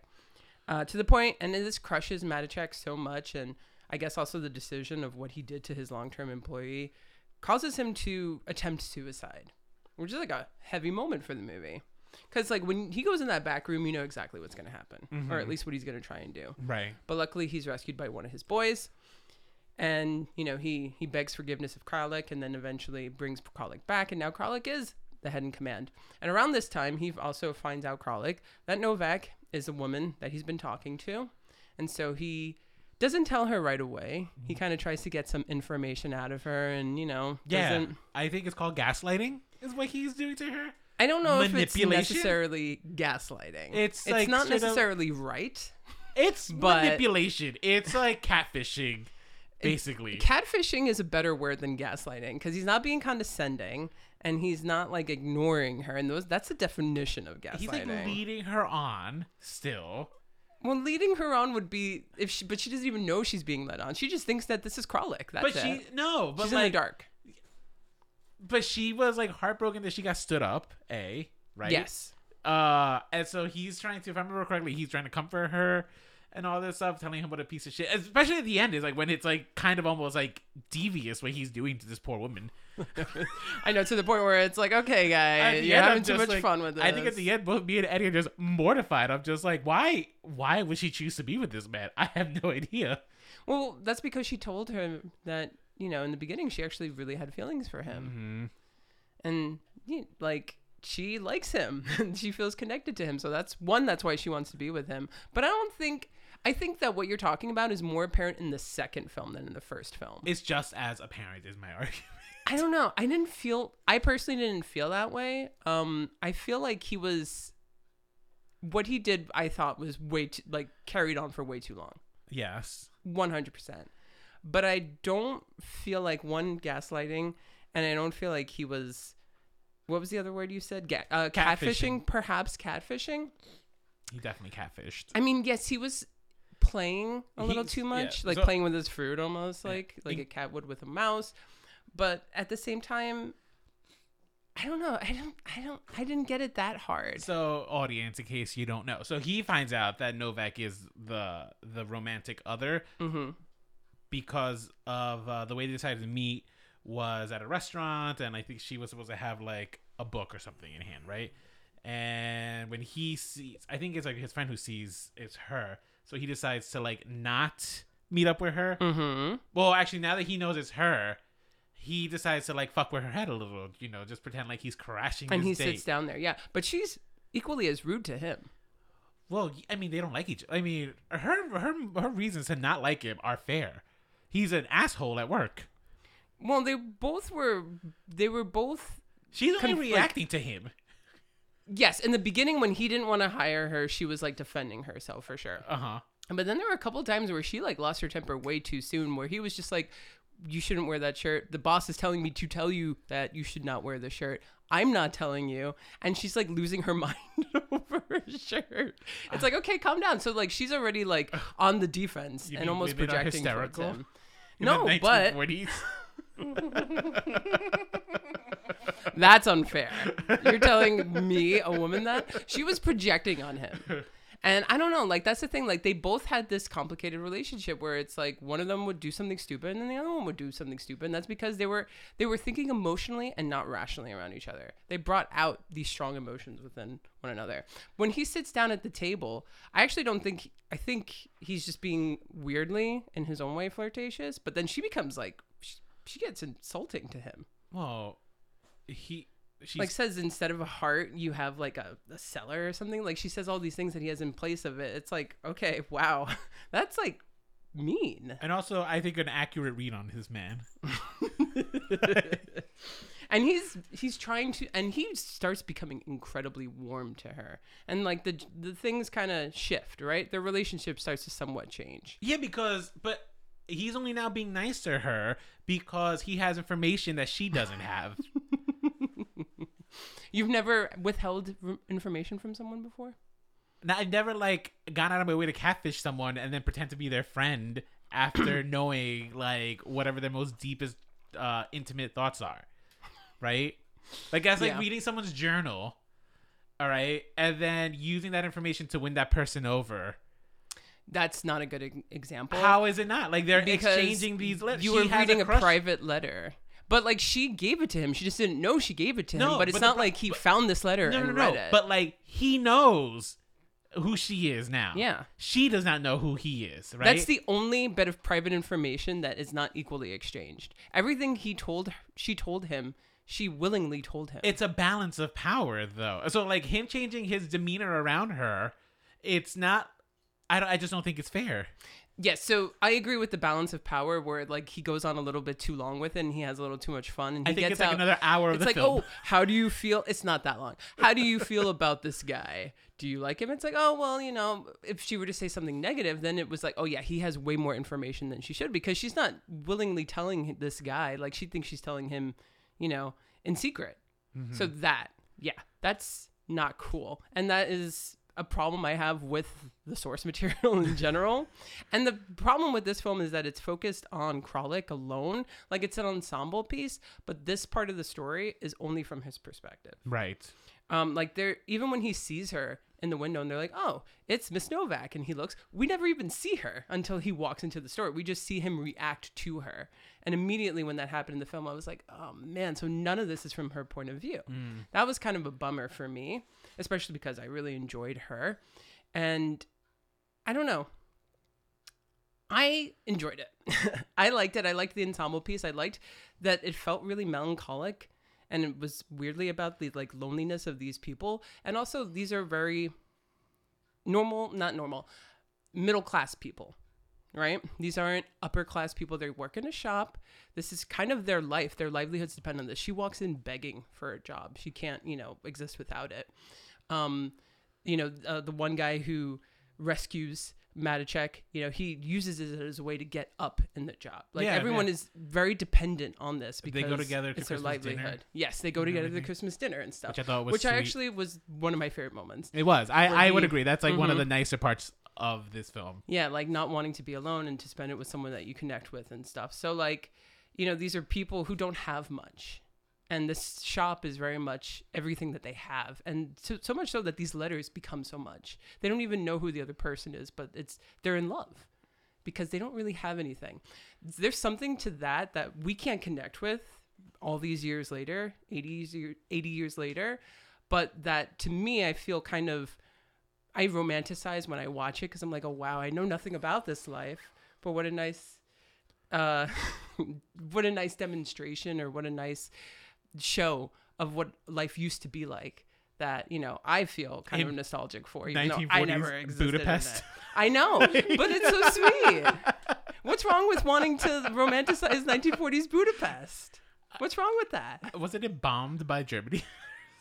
A: Uh, to the point, and this crushes Matichek so much, and I guess also the decision of what he did to his long term employee causes him to attempt suicide, which is like a heavy moment for the movie. Because, like, when he goes in that back room, you know exactly what's going to happen, or at least what he's going to try and do
B: Right.
A: but luckily he's rescued by one of his boys and you know he he begs forgiveness of Kralik and then eventually brings Kralik back and now Kralik is the head in command and around this time he also finds out Kralik that Novak is a woman that he's been talking to and so he doesn't tell her right away he
B: Mm-hmm.
A: kind of tries to get some information out of her and you know
B: Yeah.
A: doesn't
B: I think it's called gaslighting. Is what he's doing to her.
A: I don't know if it's
B: Manipulation?
A: necessarily gaslighting
B: It's like
A: not
B: straight up-
A: necessarily right
B: It's
A: But-
B: manipulation. It's like catfishing, basically.
A: Catfishing is a better word than gaslighting because he's not being condescending and he's not like ignoring her. And those that's the definition of gaslighting.
B: He's like leading her on still.
A: well, leading her on would be if she, but she doesn't even know she's being led on. She just thinks that this is Kralik. That's
B: But
A: it.
B: she no, but
A: she's in
B: like
A: the dark.
B: but she was like heartbroken that she got stood up, A, right?
A: Yes.
B: Uh and so he's trying to if I remember correctly, he's trying to comfort her and all this stuff, telling him what a piece of shit. Especially at the end is like when it's like kind of almost like devious what he's doing to this poor woman.
A: I know to the point where it's like, okay,
B: At the
A: guys, you're
B: end, I'm
A: having too
B: just
A: much
B: like-
A: fun with this.
B: I think at the end, both me and Eddie are just mortified. I'm just like, why? Why would she choose to be with this man? I have no idea.
A: Well, that's because she told him that you know in the beginning she actually really had feelings for him, and yeah, like she likes him and she feels connected to him. So that's one. That's why she wants to be with him. But I don't think I think that what you're talking about is more apparent in the second film than in the first film.
B: It's just as apparent is my argument.
A: I don't know. I didn't feel. I personally didn't feel that way. Um, I feel like he was. What he did, I thought, was way too like carried on for way too long.
B: Yes.
A: One hundred percent. But I don't feel like one gaslighting, and I don't feel like he was. What was the other word you said? Ga- uh, catfishing,
B: Catfishing.
A: perhaps catfishing.
B: He definitely catfished.
A: I mean, yes, he was playing a little
B: He's-
A: too
B: yeah,
A: much, like
B: so-
A: playing with his fruit, almost like like
B: he-
A: a cat would with a mouse. But at the same time, I don't know. I don't. I don't. I didn't get it that hard.
B: So, audience, in case you don't know, so he finds out that Novak is the the romantic other
A: hmm
B: because of uh, the way they decided to meet was at a restaurant, and I think she was supposed to have like a book or something in hand, right? And when he sees, I think it's like his friend who sees it's her, so he decides to like not meet up with her.
A: hmm
B: Well, actually, now that he knows it's her, he decides to like fuck with her head a little, you know, just pretend like he's crashing.
A: And
B: his
A: he
B: date.
A: sits down there. Yeah, but she's equally as rude to him.
B: Well, I mean, they don't like each. I mean, her her her reasons to not like him are fair. He's an asshole at work.
A: Well, they both were. They were both.
B: She's only
A: Conflict-
B: reacting to him.
A: Yes, in the beginning when he didn't want to hire her, she was like defending herself for sure.
B: Uh huh.
A: But then there were a couple times where she like lost her temper way too soon, where he was just like, "You shouldn't wear that shirt." The boss is telling me to tell you that you should not wear the shirt. I'm not telling you, and she's like losing her mind over her shirt. It's like, okay, calm down. So like she's already like on the defense
B: You
A: and
B: mean
A: almost
B: women are
A: projecting towards
B: hysterical?
A: him. No, but
B: 1940s.
A: That's unfair. You're telling me, a woman, that she was projecting on him. And I don't know, like that's the thing. Like they both had this complicated relationship where it's like one of them would do something stupid and then the other one would do something stupid. And that's because they were they were thinking emotionally and not rationally around each other. They brought out these strong emotions within one another. When he sits down at the table, I actually don't think I think he's just being weirdly in his own way flirtatious. But then she becomes like she, she gets insulting to him
B: well, he she's
A: like says instead of a heart you have like a, a cellar or something like she says all these things that he has in place of it it's like okay wow that's like mean
B: and also I think an accurate read on his man.
A: and he's he's trying to and he starts becoming incredibly warm to her and like the the things kind of shift right their relationship starts to somewhat change
B: Yeah, because but he's only now being nice to her because he has information that she doesn't have.
A: you've never withheld r- information from someone before
B: now, I've never like gone out of my way to catfish someone and then pretend to be their friend after knowing like whatever their most deepest uh, intimate thoughts are, right? Like that's like
A: Yeah.
B: reading someone's journal, all right, and then using that information to win that person over.
A: that's not a good e- example
B: How is it not like they're
A: because
B: exchanging these letters?
A: You
B: She
A: were
B: has
A: reading a,
B: crush-
A: private letter. But like she gave it to him. She just didn't know she gave it to
B: No,
A: him. But it's
B: but the
A: not
B: pro-
A: like he found this letter
B: No,
A: and
B: no,
A: read
B: no.
A: it.
B: But like he knows who she is now.
A: Yeah.
B: She does not know who he is, right?
A: That's the only bit of private information that is not equally exchanged. Everything he told she told him, she willingly told him.
B: it's a balance of power though. So like him changing his demeanor around her, it's not I don't, I just don't think it's fair.
A: yes, so I agree with the balance of power where like he goes on a little bit too long with it and he has a little too much fun and
B: I
A: he
B: think
A: gets
B: it's like
A: out-
B: another hour of
A: it's
B: the
A: like,
B: film.
A: oh, how do you feel? It's not that long. How do you feel about this guy? Do you like him? It's like, oh, well, you know, if she were to say something negative, then it was like, oh, yeah, he has way more information than she should because she's not willingly telling this guy. Like, she thinks she's telling him, you know, in secret. So that, yeah, that's not cool. And that is a problem I have with the source material in general. and the problem with this film is that it's focused on Kralik alone. Like it's an ensemble piece, but this part of the story is only from his perspective.
B: Right.
A: Um, like there, even when he sees her in the window, and they're like, "Oh, it's Miss Novak," and he looks. We never even see her until he walks into the store. We just see him react to her, and immediately when that happened in the film, I was like, "Oh man!" So none of this is from her point of view. That was kind of a bummer for me, especially because I really enjoyed her, and I don't know. I enjoyed it. I liked it. I liked the ensemble piece. I liked that it felt really melancholic and it was weirdly about the like loneliness of these people. And also these are very normal, not normal, middle class people. Right? These aren't upper class people. They work in a shop. This is kind of their life. Their livelihoods depend on this. She walks in begging for a job. She can't, you know, exist without it um, you know, uh, the one guy who rescues Matichek, you know, he uses it as a way to get up in the job. Like
B: Yeah,
A: everyone
B: yeah.
A: is very dependent on this
B: They
A: because
B: go together to
A: it's their
B: Christmas dinner.
A: livelihood. Yes, they go together to the
B: everything.
A: Christmas dinner and stuff,
B: Which I thought was
A: which I
B: sweet.
A: actually was one of my favorite moments.
B: It was. I, I would
A: he- Mm-hmm.
B: agree. That's like one of the nicer parts of this film.
A: Yeah, like not wanting to be alone and to spend it with someone that you connect with and stuff. So like, you know, these are people who don't have much. And this shop is very much everything that they have. And so, so much so that these letters become so much. They don't even know who the other person is, but it's they're in love because they don't really have anything. There's something to that that we can't connect with all these years later, 80 years, 80 years later, but that to me I feel kind of I romanticize when I watch it because I'm like, oh wow, I know nothing about this life, but what a nice, uh, what a nice demonstration or what a nice show of what life used to be like that you know I feel kind
B: In
A: of nostalgic for, even though I
B: 1940s
A: never existed. in
B: Budapest.
A: it. I know, but it's so sweet. What's wrong with wanting to romanticize 1940s Budapest? What's wrong with that?
B: Wasn't it bombed by Germany?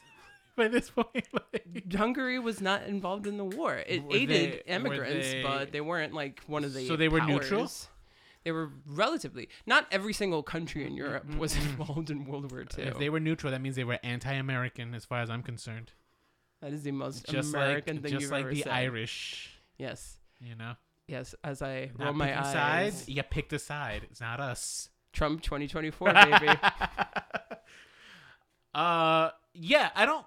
B: by this point, like,
A: Hungary was not involved in the war. It
B: Were
A: aided
B: they- were
A: immigrants,
B: they-
A: but they weren't like one of the.
B: So they were neutral?
A: powers. They were relatively. Not every single country in Europe was involved in World War II.
B: Mm-hmm. if they were neutral, that means they were anti-American, as far as I'm concerned.
A: that is the most
B: Just
A: American
B: like,
A: thing
B: just
A: you've
B: like
A: ever
B: the
A: said.
B: Irish,
A: Yes,
B: you know.
A: yes. As I
B: Not
A: roll my
B: picking
A: eyes,
B: sides. You picked a side. It's not us.
A: Trump 2024, baby.
B: Uh, yeah, I don't.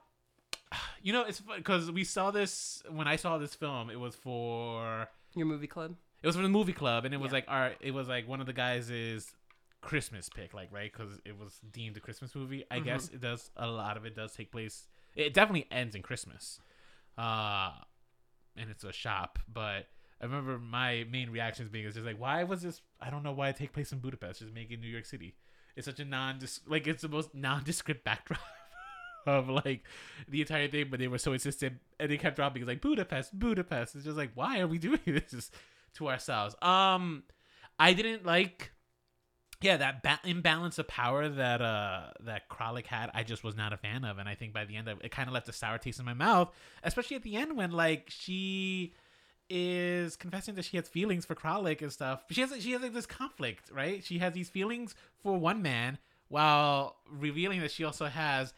B: You know, it's because we saw this when I saw this film. It was for
A: Your movie club.
B: it was from the movie club, and it was
A: Yeah.
B: like our it was like one of the guys is Christmas pick, like right because it was deemed a Christmas movie. I guess it does a lot of it does take place. It definitely ends in Christmas, uh, and it's a shop. But I remember my main reactions being is just like, why was this? I don't know why it take place in Budapest. Just make it New York City. It's such a non like it's the most nondescript backdrop. Of like the entire thing, but they were so insistent, and they kept dropping. It's like Budapest, Budapest. It's just like, why are we doing this? to ourselves. Um, I didn't like, yeah, that ba- imbalance of power that uh that Kralik had. I just was not a fan of, and I think by the end of it, kind of left a sour taste in my mouth, especially at the end when like she is confessing that she has feelings for Kralik and stuff. She has she has like this conflict, right? She has these feelings for one man while revealing that she also has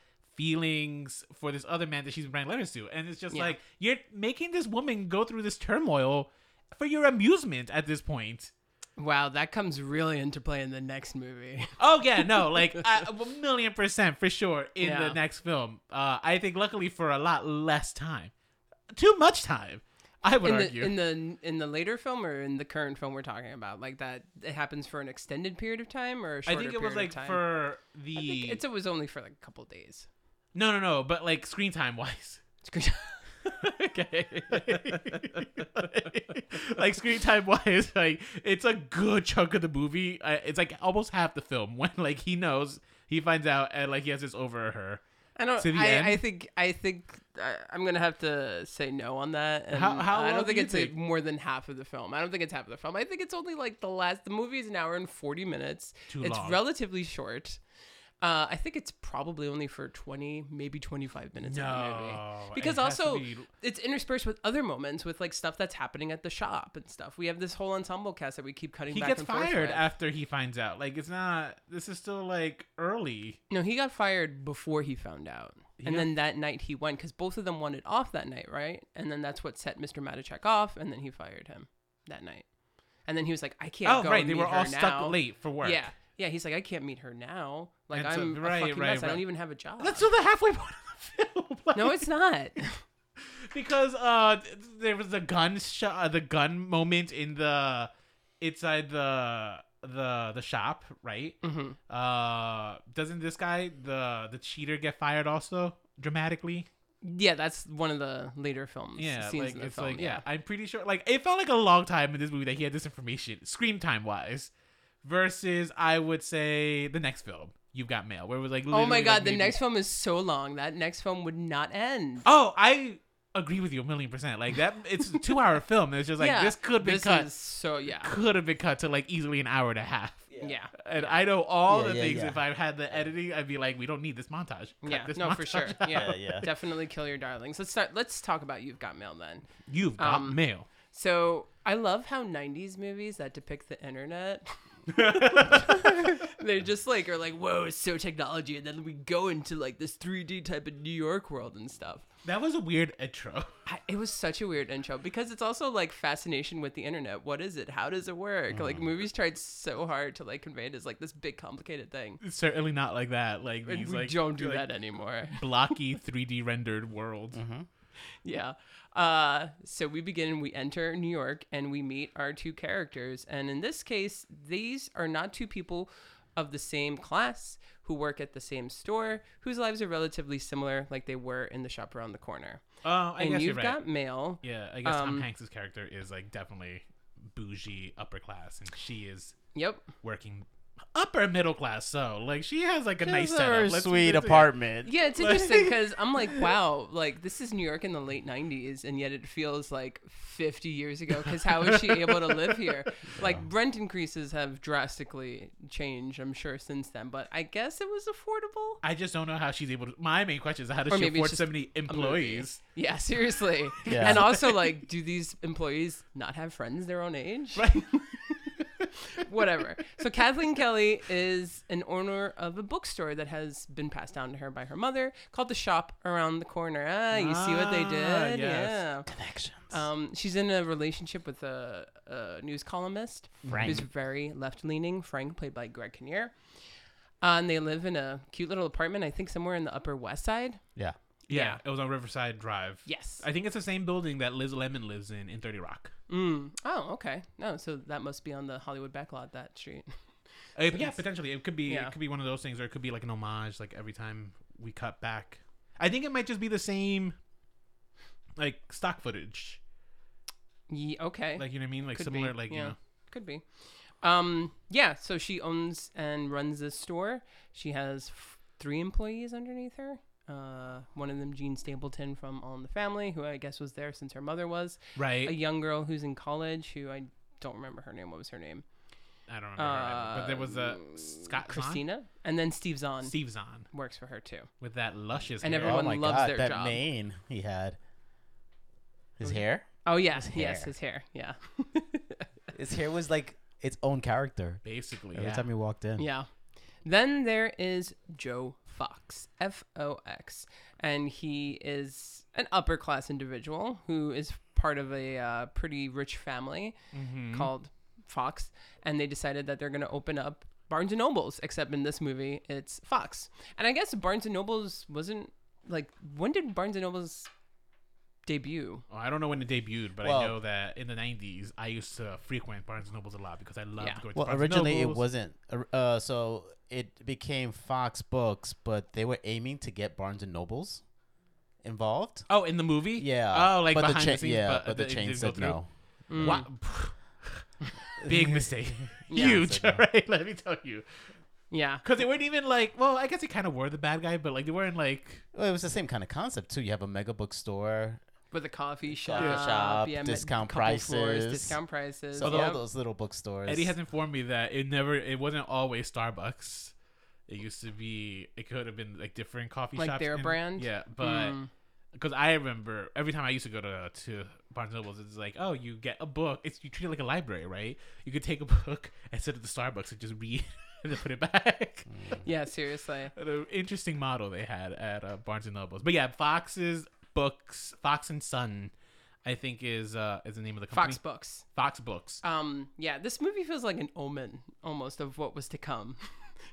B: feelings for this other man that she's writing letters to. And it's just
A: Yeah.
B: like you're making this woman go through this turmoil for your amusement at this point.
A: Wow, that comes really into play in the next movie.
B: Oh yeah, no, like I- a million percent for sure in
A: Yeah.
B: the next film. Uh, I think luckily for a lot less time, too much time. I would
A: in the,
B: argue.
A: in the in the later film or in the current film we're talking about, like that it happens for an extended period of time or a
B: I
A: shorter
B: think it
A: period
B: was
A: of
B: like
A: time?
B: for the
A: I think it's, it was only for like a couple days.
B: no, no, no, but like screen time wise.
A: Screw-
B: okay. like screen time wise, like it's a good chunk of the movie. Uh, it's like almost half the film when like he knows he finds out and like he has this over her.
A: I don't.
B: To the
A: I,
B: end?
A: I think. I think. I, I'm gonna have to say no on that. And
B: How- how
A: I
B: long
A: don't
B: do
A: think
B: you
A: it's like,
B: think?
A: more than half of the film. I don't think it's half of the film. I think it's only like the last. The movie is an hour and forty minutes.
B: Too
A: it's
B: long.
A: relatively short. Uh, I think it's probably only for twenty, maybe twenty-five minutes of the movie.
B: it
A: Because
B: has to
A: also,
B: be-
A: it's interspersed with other moments, with like stuff that's happening at the shop and stuff. We have this whole ensemble cast that we keep cutting.
B: he
A: back
B: gets
A: and forth
B: fired
A: with.
B: after he finds out. Like it's not. This is still like early.
A: No, he got fired before he found out. And
B: Yeah.
A: then that night he went because both of them wanted off that night, right? And then that's what set Mr. Matichek off, and then he fired him that night. And then he was like, I can't
B: Oh
A: go.
B: right, they
A: meet
B: were
A: her
B: all
A: now.
B: stuck late for work.
A: Yeah, yeah. He's like, I can't meet her now. Like
B: And so-
A: I'm
B: right,
A: a fucking
B: right,
A: mess. I
B: right.
A: don't even have a job.
B: Let's do the halfway point of the film. Like,
A: no, it's not.
B: because uh th- there was the gun shot the gun moment in the inside the the the shop right
A: hmm
B: uh doesn't this guy the the cheater get fired also dramatically
A: Yeah, that's one of the later films.
B: yeah
A: scenes
B: like
A: in the
B: it's
A: film, Oh
B: like yeah. i'm pretty sure like it felt like a long time in this movie that he had this information scream time wise versus i would say the next film you've got mail where it was like
A: Oh my
B: literally,
A: god,
B: like,
A: the
B: maybe-
A: next film is so long. That next film would not end.
B: oh i agree with you a million percent like that it's a two-hour film it's just like
A: yeah,
B: this could be
A: this
B: cut
A: Is so yeah,
B: could have been cut to like easily an hour and a half.
A: yeah.
B: And I know all
C: Yeah,
B: the
C: yeah,
B: things.
C: yeah.
B: If I had the editing, I'd be like, we don't need this montage. Cut
A: Yeah,
B: this
A: no, for
B: montage
A: sure.
B: out.
A: Yeah,
C: Yeah, yeah.
A: definitely kill your darlings. Let's start. Let's talk about you've got mail then.
B: You've got
A: Um,
B: mail.
A: So I love how '90s movies that depict the internet. they just like are like, whoa, it's so technology, and then we go into like this 3D type of New York world and stuff.
B: That was a weird intro.
A: I, it was such a weird intro because it's also like fascination with the internet. What is it? How does it work? Like movies tried so hard to like convey it as like this big complicated thing.
B: It's certainly not like that. Like
A: And
B: these
A: we
B: like
A: don't do
B: like,
A: that anymore.
B: blocky 3D rendered world.
A: Yeah. Uh, so we begin, we enter New York, and we meet our two characters. And in this case, these are not two people of the same class who work at the same store, whose lives are relatively similar, like they were in the shop around the corner.
B: Oh, I
A: and
B: guess you're
A: you've
B: right.
A: got mail.
B: yeah, I guess Tom
A: um,
B: Hanks's character is like definitely bougie upper class, and she is
A: Yep.
B: working upper middle class, so like she has like a nice
C: Just her
B: setup. Let's-
C: sweet
B: let's- yeah.
C: apartment.
A: Yeah, it's interesting because I'm like, wow, like this is New York in the late '90s, and yet it feels like 50 years ago. Because how is she able to live here? Like rent increases have drastically changed, I'm sure, since then. But I guess it was affordable.
B: I just don't know how she's able to. My main question is how does
A: Or
B: she
A: maybe it's
B: afford
A: just
B: so many
A: a movie.
B: employees?
A: Yeah, seriously.
C: Yeah.
A: And also, like, do these employees not have friends their own age?
B: Right.
A: Whatever. So Kathleen Kelly is an owner of a bookstore that has been passed down to her by her mother, called the Shop Around the Corner. Ah, you see what they
B: Ah,
A: did?
B: yes.
A: Yeah.
C: Connections.
A: Um, she's in a relationship with a, a news columnist who's
B: Frank.
A: very left leaning. Frank, played by Greg Kinnear. Uh, and they live in a cute little apartment, I think somewhere in the Upper West Side.
C: yeah.
B: Yeah,
A: Yeah.
B: it was on Riverside Drive.
A: Yes.
B: I think it's the same building that Liz Lemon lives in in Thirty Rock.
A: Mm. Oh, okay. No, so that must be on the Hollywood backlot that street.
B: Uh, yeah, potentially it could be
A: Yeah.
B: it could be one of those things, or it could be like an homage. Like every time we cut back, I think it might just be the same, like stock footage.
A: Ye- okay.
B: Like you know what I mean? Like
A: Eh, Could
B: similar,
A: be,
B: like you
A: yeah.
B: know.
A: Could be. Um, yeah, so she owns and runs this store. She has f- three employees underneath her. Uh, one of them, Jean Stapleton from All in the Family, who I guess was there since her mother was.
B: Right.
A: A young girl who's in college who I don't remember her name. What was her name? Uh,
B: I don't remember. her name, but there was a Scott Christina.
A: Christina. And then Steve Zahn
B: Zahn, Steve Zahn
A: works for her too.
B: with that luscious
A: And
B: hair.
A: everyone
C: oh my
A: loves
C: God,
A: their
C: that
A: job.
C: mane he had. His hair?
A: Oh, yeah. Yes,
C: hair.
A: his hair. Yeah.
C: His hair was like its own character
B: basically.
C: every
B: yeah.
C: time he walked in.
A: Yeah. Then there is Joe Fox, F O X, and he is an upper class individual who is part of a uh, pretty rich family called Fox, and they decided that they're going to open up Barnes and Nobles, except in this movie it's Fox. And I guess Barnes and Nobles wasn't like when did Barnes and Nobles debut?
B: Oh, I don't know when it debuted, but
C: Well-
B: I know that in the '90s, I used to frequent Barnes and Nobles a lot because I loved
A: Yeah.
B: going to
C: Well,
B: Barnes
C: originally
B: and
C: it
B: Nobles.
C: wasn't. or- Uh, so it became Fox Books, but they were aiming to get Barnes and Nobles involved.
B: Oh, in the movie?
C: Yeah.
B: Oh, like
C: but
B: behind
C: the
B: the,
C: chain,
B: scenes.
C: yeah,
B: but,
C: but the
B: it
C: chain
B: didn't go
C: said
B: through?
C: no.
A: Mm.
C: Hmm.
B: Wow. Big mistake.
A: Yeah.
B: Huge,
C: Said no.
B: right? Let me tell you.
A: Yeah.
B: Because they weren't even like, well, I guess they kind of were the bad guy, but like they weren't like,
C: Well, it was the same kind of concept too. You have a mega bookstore,
A: With a coffee shop,
C: shop,
A: ma-
C: discount
A: couple floors,
C: prices.
A: discount prices.
C: so
A: yeah.
C: all those little bookstores.
B: Eddie has informed me that it never, it wasn't always Starbucks. It used to be, it could have been like different coffee
A: Like
B: shops.
A: their
B: and-
A: brand? Hmm.
B: Yeah, but because I remember every time I used to go to to Barnes and Nobles, it's like, oh, you get a book. It's you treat it like a library, right? You could take a book and sit at the Starbucks and just read and then put it back.
A: yeah, seriously.
B: an interesting model they had at uh, Barnes and Nobles. But yeah, Fox's books, Fox and Son, I think is uh, is the name of the company.
A: Fox Books.
B: Fox Books.
A: Um, yeah, this movie feels like an omen almost of what was to come.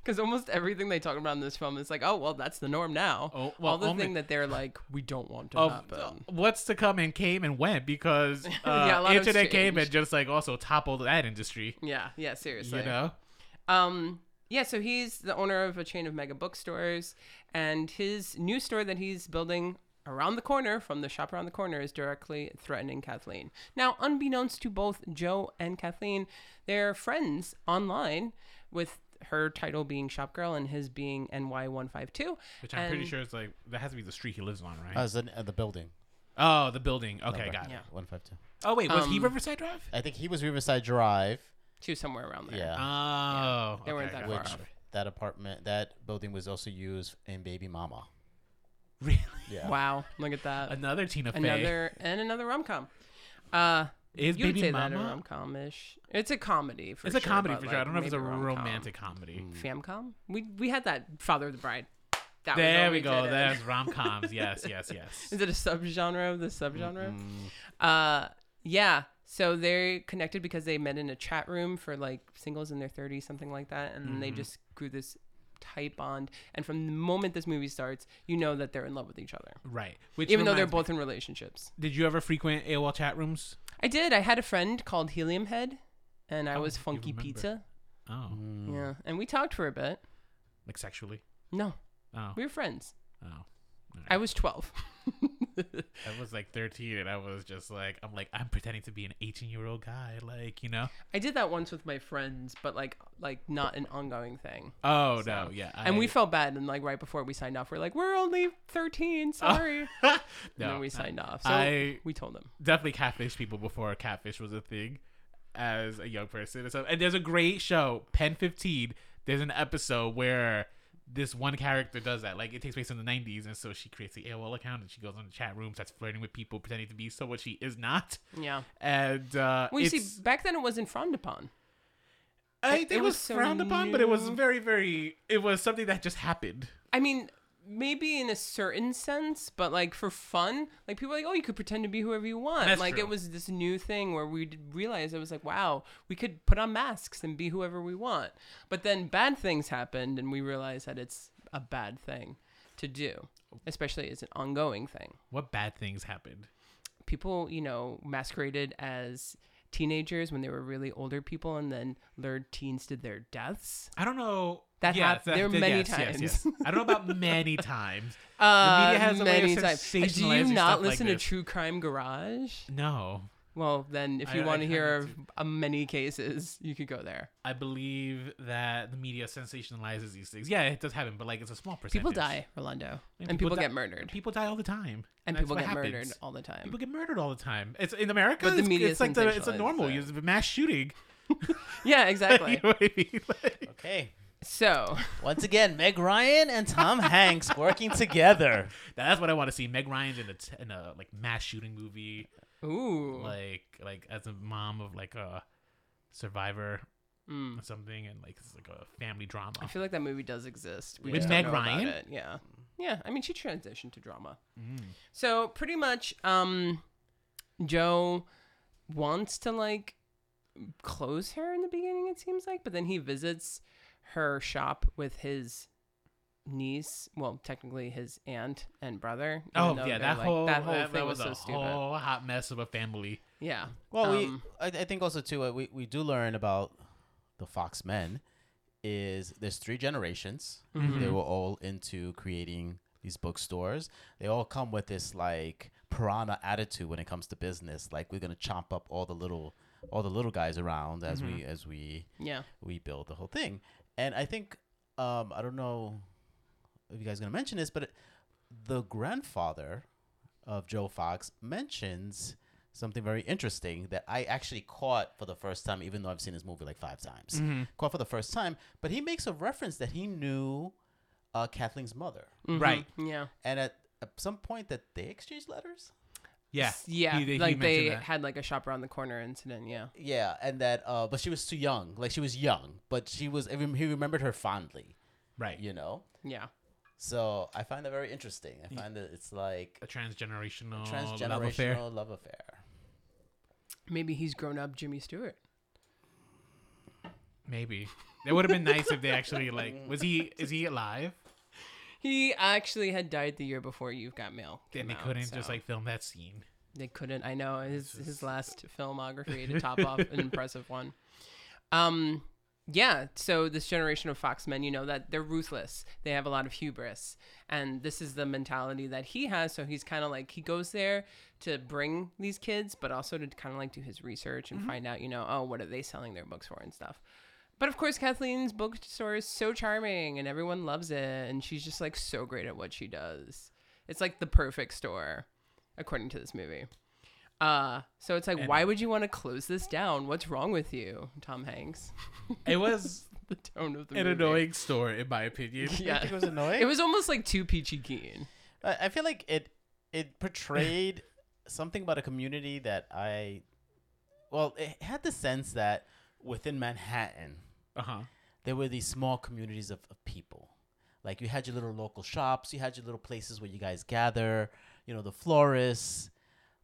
A: Because almost everything they talk about in this film is like, oh, well, that's the norm now.
B: Oh, well,
A: All the
B: omen-
A: thing that they're like, we don't want to
B: Of
A: happen.
B: what's to come and came and went because uh,
A: Yeah, a lot has
B: internet came and
A: changed.
B: just like also toppled that industry.
A: yeah, yeah, seriously.
B: You know,
A: Um, yeah, so he's the owner of a chain of mega bookstores, and his new store that he's building around the corner from the shop around the corner is directly threatening Kathleen. Now, unbeknownst to both Joe and Kathleen, they're friends online, with her title being Shopgirl and his being NY152.
B: which I'm pretty
A: And-
B: sure is like that has to be the street he lives on, right?
C: Uh, it's in- uh, the building.
B: oh, the building. Okay, got it.
A: Yeah.
C: One five two.
B: Oh wait, was he
A: Um,
B: Riverside Drive?
C: I think he was Riverside Drive.
A: She was somewhere around there.
C: Yeah.
B: Oh,
A: They weren't
B: okay,
A: that
B: got
A: far
B: it.
C: which
A: off.
C: that apartment, that building was also used in Baby Mama.
B: Really?
C: Yeah.
A: Wow, look at that.
B: Another Tina Fey.
A: Another and another rom com. Uh,
B: is
A: you would
B: Baby
A: say that a
B: Mama.
A: rom com ish. It's a comedy for
B: it's a
A: sure,
B: comedy
A: but,
B: for sure. I
A: like,
B: don't know if it's a
A: maybe rom-com. Mm.
B: romantic comedy.
A: Famcom. We we had that Father of the Bride. That was
B: Mm. There
A: when
B: we go.
A: did it.
B: There's rom coms. Yes, yes, yes.
A: Is it a subgenre of the subgenre? Uh, yeah. So they're connected because they met in a chat room for like singles in their 30s, something like that, and
B: Mm-hmm.
A: they just grew this tight bond. And from the moment this movie starts, you know that they're in love with each other,
B: Right. Which
A: even though they're
B: reminds me-
A: both in relationships.
B: Did you ever frequent AOL chat rooms?
A: I did. I had a friend called Helium Head, and I
B: Oh,
A: was
B: you
A: Funky
B: remember.
A: Pizza.
B: Oh,
A: Yeah, and we talked for a bit.
B: like sexually?
A: No,
B: Oh,
A: we were friends.
B: oh.
A: I was 12.
B: I was like 13, and I was just like, I'm like, I'm pretending to be an 18 year old guy, like you know.
A: I did that once with my friends, but like like not an ongoing thing.
B: Oh no, yeah.
A: and
B: I-
A: we felt bad, and like right before we signed off, we're like, "We're only 13, sorry." and
B: no,
A: then we
B: I
A: signed off. So
B: I-
A: we told them.
B: definitely catfish people before catfish was a thing as a young person. And, so, and there's a great show, Pen 15. There's an episode where this one character does that. Like it takes place in the 90s, and so she creates the AOL account and she goes on the chat room, starts flirting with people, pretending to be someone she is not.
A: Yeah.
B: And uh,
A: Well, you
B: it's-
A: see, back then it wasn't frowned upon.
B: I,
A: it
B: it,
A: was
B: was,
A: so
B: frowned upon, but it was
A: new.
B: very, very. It was something that just happened.
A: I mean, maybe in a certain sense, but like for fun, like people are like, oh, you could pretend to be whoever you want.
B: That's
A: like
B: true.
A: it was this new thing where we realized it was like, wow, we could put on masks and be whoever we want. But then bad things happened, and we realized that it's a bad thing to do, especially as an ongoing thing.
B: What bad things happened?
A: People, you know, masqueraded as teenagers when they were really older people and then lured teens to their deaths.
B: I don't know.
A: That hap- there were many times.
B: I don't know about many times.
A: Uh,
B: media has a way of
A: many times. Do you
B: sensationalizing
A: not
B: stuff like
A: listen to
B: this.
A: True Crime Garage?
B: No,
A: Well, then, if
B: I-
A: you
B: I
A: want to
B: try
A: hear
B: not
A: of uh, many cases, you could go there.
B: I believe that the media sensationalizes these things. Yeah, it does happen, but like it's a small percentage.
A: People die, Rolando, and,
B: And
A: people,
B: people di-
A: get murdered,
B: People die all the time,
A: and
B: that's
A: people
B: what
A: get
B: happens.
A: murdered all the time.
B: People get murdered all the time. It's in America.
A: But the
B: it's,
A: media
B: it's like the, it's
A: sensationalizes
B: a normal.
A: it.
B: It's a mass shooting.
A: Yeah,
B: You
A: exactly.
B: know what I mean? Like,
C: Okay.
A: so,
C: Once again, Meg Ryan and Tom Hanks working together.
B: that's what I want to see. Meg Ryan's in a t- in a like mass shooting movie,
A: ooh,
B: like like as a mom of like a survivor
A: Mm.
B: or something, and like it's like a family drama.
A: I feel like that movie does exist. We
B: With
A: just
B: Meg
A: don't know about
B: Ryan?
A: it. Yeah, yeah. I mean, she transitioned to drama.
B: Mm.
A: So pretty much, um, Joe wants to like close her in the beginning. It seems like, but then he visits her shop with his niece. Well, technically his aunt and brother. even
B: Oh
A: though
B: yeah,
A: they're,
B: that
A: like-
B: whole
A: that whole thing was, so
B: a
A: stupid.
B: whole hot mess of a family.
A: Yeah.
C: Well,
A: Um,
C: we I, I think also too uh, we we do learn about the Fox men is there's three generations. They were all into creating these bookstores. They all come with this like piranha attitude when it comes to business. Like we're gonna chomp up all the little all the little guys around as we as we
A: Yeah.
C: we build the whole thing. And I think um, I don't know if you guys are gonna mention this, but it- the grandfather of Joe Fox mentions something very interesting that I actually caught for the first time, even though I've seen this movie like five times. Caught for the first time, but he makes a reference that he knew uh, Kathleen's mother,
B: Right.
A: Mm-hmm. Yeah.
C: and at, at some point that they exchanged letters.
B: Yeah.
A: Yeah.
B: He- he
A: like
B: mentioned
A: they
B: that.
A: had like a shop around the corner incident. Yeah.
C: Yeah, and that uh, but she was too young. Like she was young, but she was. I rem- He remembered her fondly.
B: right.
C: You know.
A: Yeah.
C: So I find that very interesting. I find that it's like
B: A transgenerational,
A: Oh,
C: transgenerational
B: love affair.
C: love affair.
A: Maybe he's grown up Jimmy Stewart.
B: Maybe it would have been nice if they actually like. Was he? Is he alive?
A: He actually had died the year before You've Got Mail.
B: Then
A: came
B: they
A: out,
B: couldn't just
A: so.
B: like film that scene.
A: They couldn't. I know his his last filmography to top off an impressive one. Um, yeah. So this generation of Fox men, you know that they're ruthless. They have a lot of hubris, and this is the mentality that he has. So he's kind of like he goes there to bring these kids, but also to kind of like do his research and find out, you know, oh, what are they selling their books for and stuff. But of course, Kathleen's bookstore is so charming, and everyone loves it, and she's just like so great at what she does. It's like the perfect store according to this movie. Uh, so it's like, why would you want to close this down? What's wrong with you, Tom Hanks?
B: It was
A: the tone of the
B: an
A: movie.
B: annoying store, in my opinion.
A: Yeah,
C: think it was annoying?
A: It was almost like too peachy keen.
C: I, I feel like it it portrayed something about a community that I well, it had the sense that within Manhattan
B: Uh huh.
C: there were these small communities of, of people. Like you had your little local shops, you had your little places where you guys gather, you know, the florists,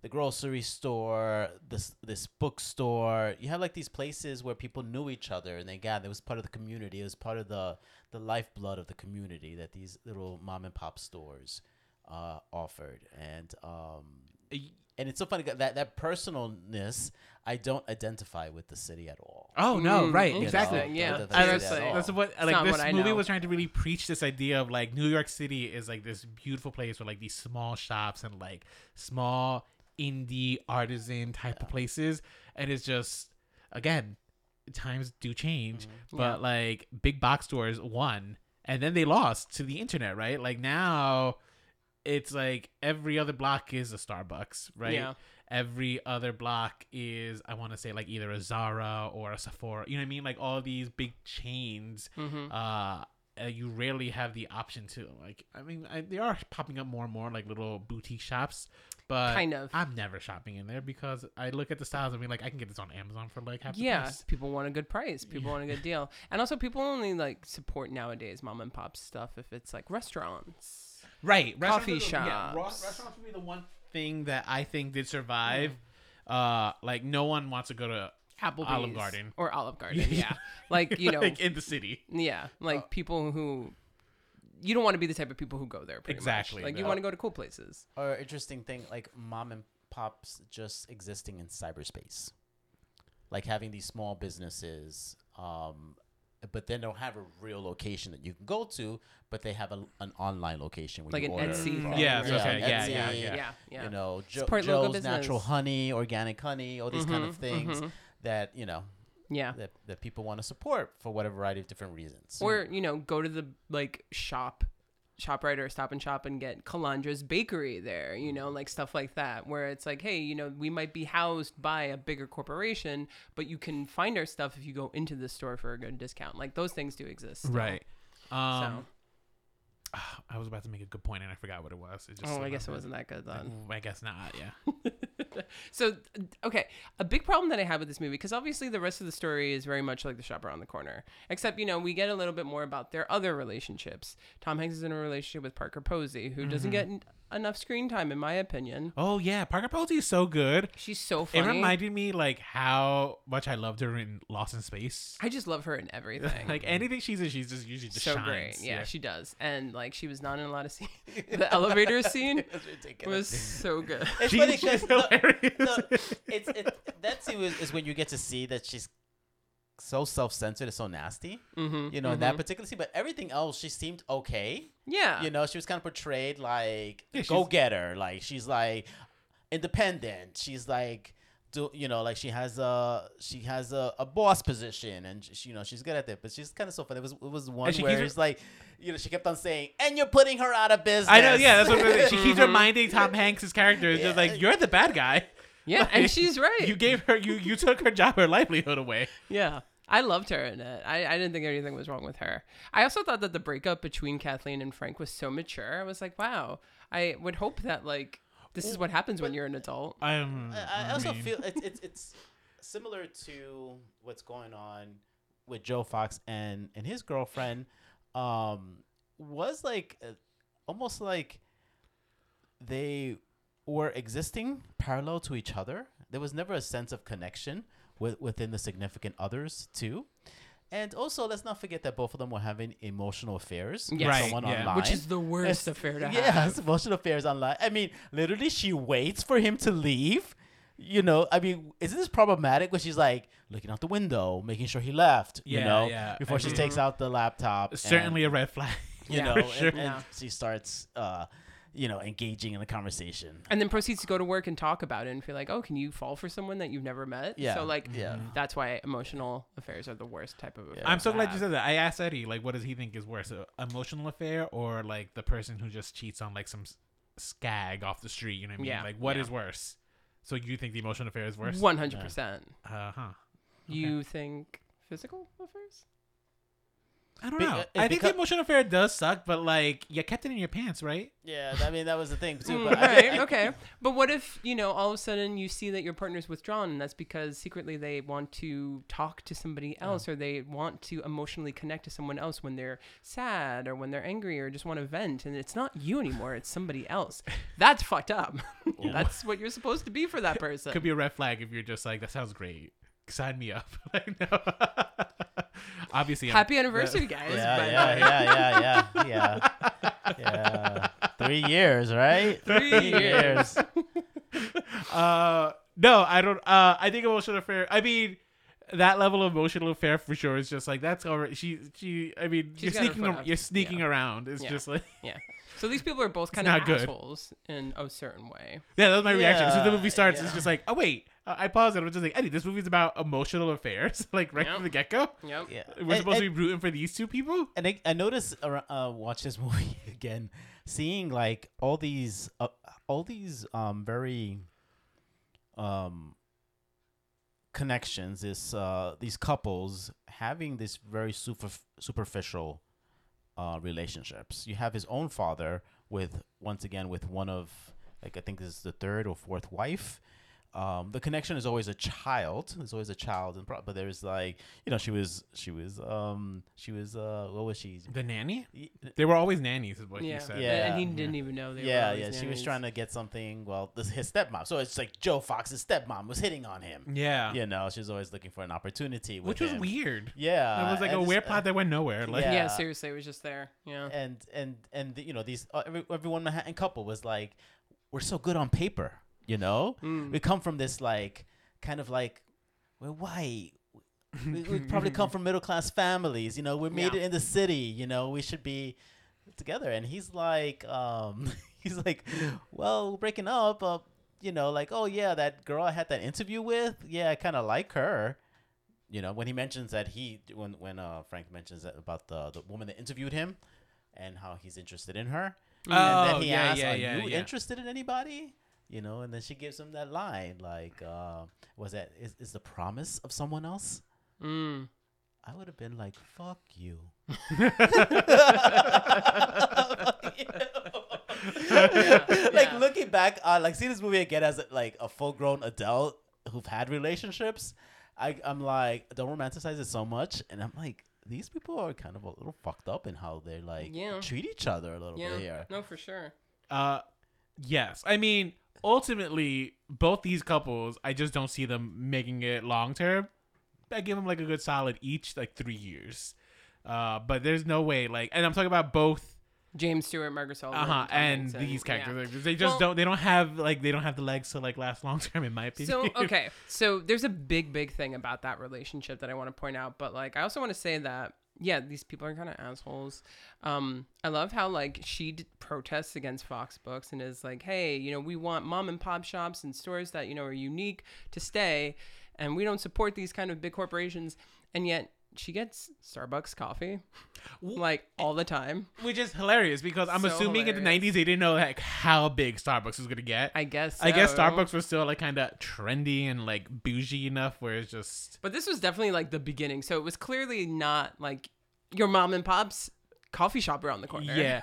C: the grocery store, this this bookstore. You had like these places where people knew each other and they gathered. It was part of the community. It was part of the the lifeblood of the community that these little mom and pop stores uh, offered. And um,
B: Y-
C: and it's so funny that that personalness I don't identify with the city at all.
B: Oh no!
A: Mm,
B: right,
A: interesting.
B: exactly.
A: Yeah. I
C: Don't
B: And
A: would
C: identify
B: that's,
C: with it
A: say-
C: at all.
B: that's what
A: It's
B: like
A: not
B: this
A: what I
B: movie
A: know.
B: was trying to really preach this idea of like New York City is like this beautiful place with like these small shops and like small indie artisan type of places, and it's just again times do change,
A: Mm-hmm.
B: but like big box stores won and then they lost to the internet, right? Like now it's like every other block is a Starbucks, right?
A: Yeah.
B: Every other block is, I want to say, like either a Zara or a Sephora. You know what I mean? Like all these big chains.
A: mm-hmm.
B: Uh, uh, you rarely have the option to like. I mean, I, they are popping up more and more like little boutique shops, but
A: Kind of.
B: I'm never shopping in there because I look at the styles. I mean, like I can get this on Amazon for like half.
A: yeah,
B: the price.
A: people want a good price. People want a good deal, and also people only like support nowadays mom and pop stuff if it's like restaurants.
B: right
A: Coffee
B: restaurants are the- yeah, ra-
A: shops.
B: restaurants would be the one thing that i think did survive
A: Mm.
B: uh like no one wants to go to
A: Applebee's
B: Olive Garden.
A: or Olive Garden. Yeah, like you know,
B: like in the city
A: yeah, like
C: Uh,
A: people who you don't want to be the type of people who go there. Pretty much.
B: Exactly.
A: Like you
B: Yeah.
A: want to go to cool places.
C: or interesting thing like mom and pops just existing in cyberspace like having these small businesses um but then don't have a real location that you can go to but they have a, an online location where
A: Like
C: you
A: an
C: order
A: Etsy
C: from.
A: thing.
B: Yeah,
A: or-
B: so- okay,
C: an
B: yeah, yeah,
C: Etsy,
B: yeah.
A: yeah, yeah.
C: you know jo-
A: Support local
C: joe's natural
A: business.
C: honey organic honey all these kind of
A: Mhm,
C: things
A: mhm.
C: that you know
A: yeah.
C: that, that people want to support for what a variety of different reasons
A: Or you know, go to the like shop, Shoprite or Stop and Shop and get Calandra's Bakery there. You know,
C: Mm-hmm.
A: like stuff like that, where it's like, hey, you know, we might be housed by a bigger corporation, but you can find our stuff if you go into the store for a good discount. Like those things do exist, still.
B: right
A: So,
B: um i was about to make a good point and i forgot what it was it just
A: oh, I
B: slipped
A: guess it
B: my
A: wasn't that good
B: mind.
A: then.
B: Ooh, i guess not yeah
A: So, uh, okay, a big problem that I have with this movie, because obviously the rest of the story is very much like the shop around the corner, except, you know, we get a little bit more about their other relationships. Tom Hanks is in a relationship with Parker Posey, who doesn't get en- enough screen time, in my opinion.
B: oh yeah parker posey is so good
A: She's so funny.
B: it reminded me like how much i loved her in lost in space
A: I just love her in everything.
B: like anything she's in she's just usually just
A: so
B: shines.
A: great. Yeah, she does. And, like, she was not in a lot of scenes. The elevator scene was so good.
C: it's
B: She-
C: funny
B: she's
C: 'cause the-
B: hilarious.
C: no, it's it, that scene is, is when you get to see that she's so self-centered and so nasty.
A: Mhm,
C: You know, in
B: Mm-hmm.
C: that particular scene, but everything else, she seemed okay.
A: Yeah.
C: You know, she was kind of portrayed like
B: Yeah, she's-
C: go getter, like she's like independent. She's like do you know like she has a she has a, a boss position and she, you know she's good at that but she's kind of so funny it was it was one
B: she keeps
C: where
B: her-
C: it's like you know she kept on saying and you're putting her out of business
B: I know, yeah, that's what I'm saying. she keeps reminding Tom Hanks' character is just
C: Yeah.
B: like, "You're the bad guy."
A: Yeah, and
B: Like,
A: she's right.
B: You gave her, you you took her job, her livelihood away.
A: Yeah. I loved her in it. I, I didn't think anything was wrong with her. I also thought that the breakup between Kathleen and Frank was so mature. I was like, wow. I would hope that, like, this is what happens when you're an adult.
B: Um,
C: I I also feel it's it's it's similar to what's going on with Joe Fox and and his girlfriend. Um, was like uh, almost like they were existing parallel to each other. There was never a sense of connection with, within the significant others too. And also, let's not forget that both of them were having emotional affairs with
A: Yes.
C: someone
B: Right, yeah.
C: online,
A: Which is the worst
C: Yes.
A: affair to have.
C: Yes, emotional affairs online. I mean, literally, she waits for him to leave. You know, I mean, isn't this problematic when she's like looking out the window, making sure he left?
B: Yeah,
C: you know,
B: yeah.
C: before
B: I
C: she
B: mean-
C: takes out the laptop. and,
B: certainly a red flag.
C: you
A: Yeah,
C: know,
A: for
C: and-
B: sure.
C: and,
A: Yeah.
C: she starts, uh, you know, engaging in a conversation.
A: And then proceeds to go to work and talk about it and feel like, oh, can you fall for someone that you've never met?
C: Yeah.
A: So, like,
C: Yeah.
B: Mm-hmm.
A: that's why emotional affairs are the worst type of affair.
B: I'm so
A: to
B: glad you
A: have.
B: said that. I asked Eddie, like, what does he think is worse, a emotional affair or like the person who just cheats on like some s- scag off the street? You know what I mean?
A: Yeah,
B: Like, what
A: yeah.
B: is worse? So you think the emotional affair is worse?
A: 100%.
B: Uh huh.
A: You think physical affairs?
B: I don't
C: Be-
B: know.
C: uh,
B: I think the
C: becau-
B: emotional affair does suck, but like, you kept it in your pants, right?
C: Yeah, I mean, that was the thing too.
A: Mm,
C: But I-
A: right.
C: I-
A: okay. But what if you know all of a sudden you see that your partner's withdrawn, and that's because secretly they want to talk to somebody else, or they want to emotionally connect to someone else when they're sad or when they're angry or just want to vent, and it's not you anymore; it's somebody else. That's fucked up. that's what you're supposed to be for that person.
B: could be a red flag if you're just like that sounds great sign me up like no obviously I'm-
A: Happy anniversary, guys!
C: Yeah,
A: but
C: yeah, yeah, yeah, yeah, yeah, yeah. Three years, right?
A: Three years.
B: Uh, no, I don't. Uh, I think emotional affair. I mean, that level of emotional affair for sure is just like that's already. She, she. I mean,
A: She's
B: you're
A: got her
B: sneaking.
A: foot
B: ar-
A: up.
B: you're sneaking
A: Yeah.
B: around. It's
A: Yeah.
B: just like
A: Yeah. So these people are both kind
B: not
A: of
B: good.
A: assholes in a certain way.
B: yeah, that was my reaction. So the
C: Yeah,
B: movie starts.
A: yeah.
B: It's just like oh wait. Uh, I paused and I was just like, Eddie, this movie's about emotional affairs, like right
A: Yep.
B: from the get go.
A: Yep.
C: Yeah.
B: We're supposed to be rooting for these two people.
C: and I, I noticed ar- uh, watch this movie again, seeing like all these uh, all these um very um connections. This uh these couples having this very super superficial uh relationships. You have his own father with once again with one of like I think this is the third or fourth wife. Um, the connection is always a child. There's always a child, and pro- but there's like you know she was she was um she was uh what was she
B: The nanny?
C: Y-
B: They were always nannies, is what
A: Yeah.
B: he said.
C: Yeah.
A: And he didn't even know they
C: yeah,
A: were.
C: yeah. She was trying to get something. Well, this his stepmom. So it's like Joe Fox's stepmom was hitting on him.
B: Yeah.
C: You know, she's always looking for an opportunity. With
B: Which was
C: him.
B: weird.
C: Yeah, Uh,
B: That was like
C: and
B: a
C: it's-
B: weird plot that went nowhere. Like
A: Yeah.
C: Yeah.
A: seriously, it was just there. Yeah.
C: And and and the, you know these uh, every, everyone Manhattan couple was like, we're so good on paper. You
B: Mm.
C: know,
A: Mm.
C: we come from this like kind of like we're white. We, we probably come from middle class families. You know, we made
A: Yeah.
C: it in the city. You know, we should be together. And he's like, um, he's like, well, we're breaking up. Uh, you know, like, oh yeah, that girl I had that interview with. Yeah, I kind of like her. You know, when he mentions that he when when uh, Frank mentions that about the the woman that interviewed him and how he's interested in her. and
B: Oh,
C: then he
B: yeah,
C: asks,
B: yeah,
C: "Are
B: yeah,
C: you
B: yeah.
C: interested in anybody?" You know, and then she gives him that line like, uh, "Was that is, is the promise of someone else?"
A: Mm.
C: I would have been like, "Fuck you." like
A: yeah.
C: looking back on like see this movie again as like a full grown adult who've had relationships. I I'm like don't romanticize it so much, and I'm like these people are kind of a little fucked up in how they like
A: Yeah.
C: treat each other a little
A: Yeah.
C: bit here.
A: No, for sure.
B: Uh, yes. I mean, ultimately, both these couples, I just don't see them making it long term. I give them like a good solid each, like three years. Uh, but there's no way, like, and I'm talking about both,
A: James Stewart, Margaret Sullivan,
B: uh huh,
A: Tom
B: and
A: Hanks,
B: these
A: yeah.
B: characters. Like, they just
A: Well-
B: don't, they don't have like, they don't have the legs to like last long term, in my opinion.
A: So okay, so there's a big, big thing about that relationship that I want to point out, but like I also want to say that yeah, these people are kind of assholes. Um, I love how like she d- protests against Fox Books and is like, hey, you know, we want mom and pop shops and stores that you know are unique to stay, and we don't support these kind of big corporations, and yet she gets Starbucks coffee like all the time.
B: Which is hilarious because I'm
A: So
B: assuming in the
A: hilarious.
B: '90s they didn't know like how big Starbucks was gonna get.
A: I guess.
B: I guess
A: so.
B: Starbucks was still like kind of trendy and like bougie enough, where it's just
A: But this was definitely like the beginning. So it was clearly not like your mom and pop's coffee shop around the corner.
B: yeah.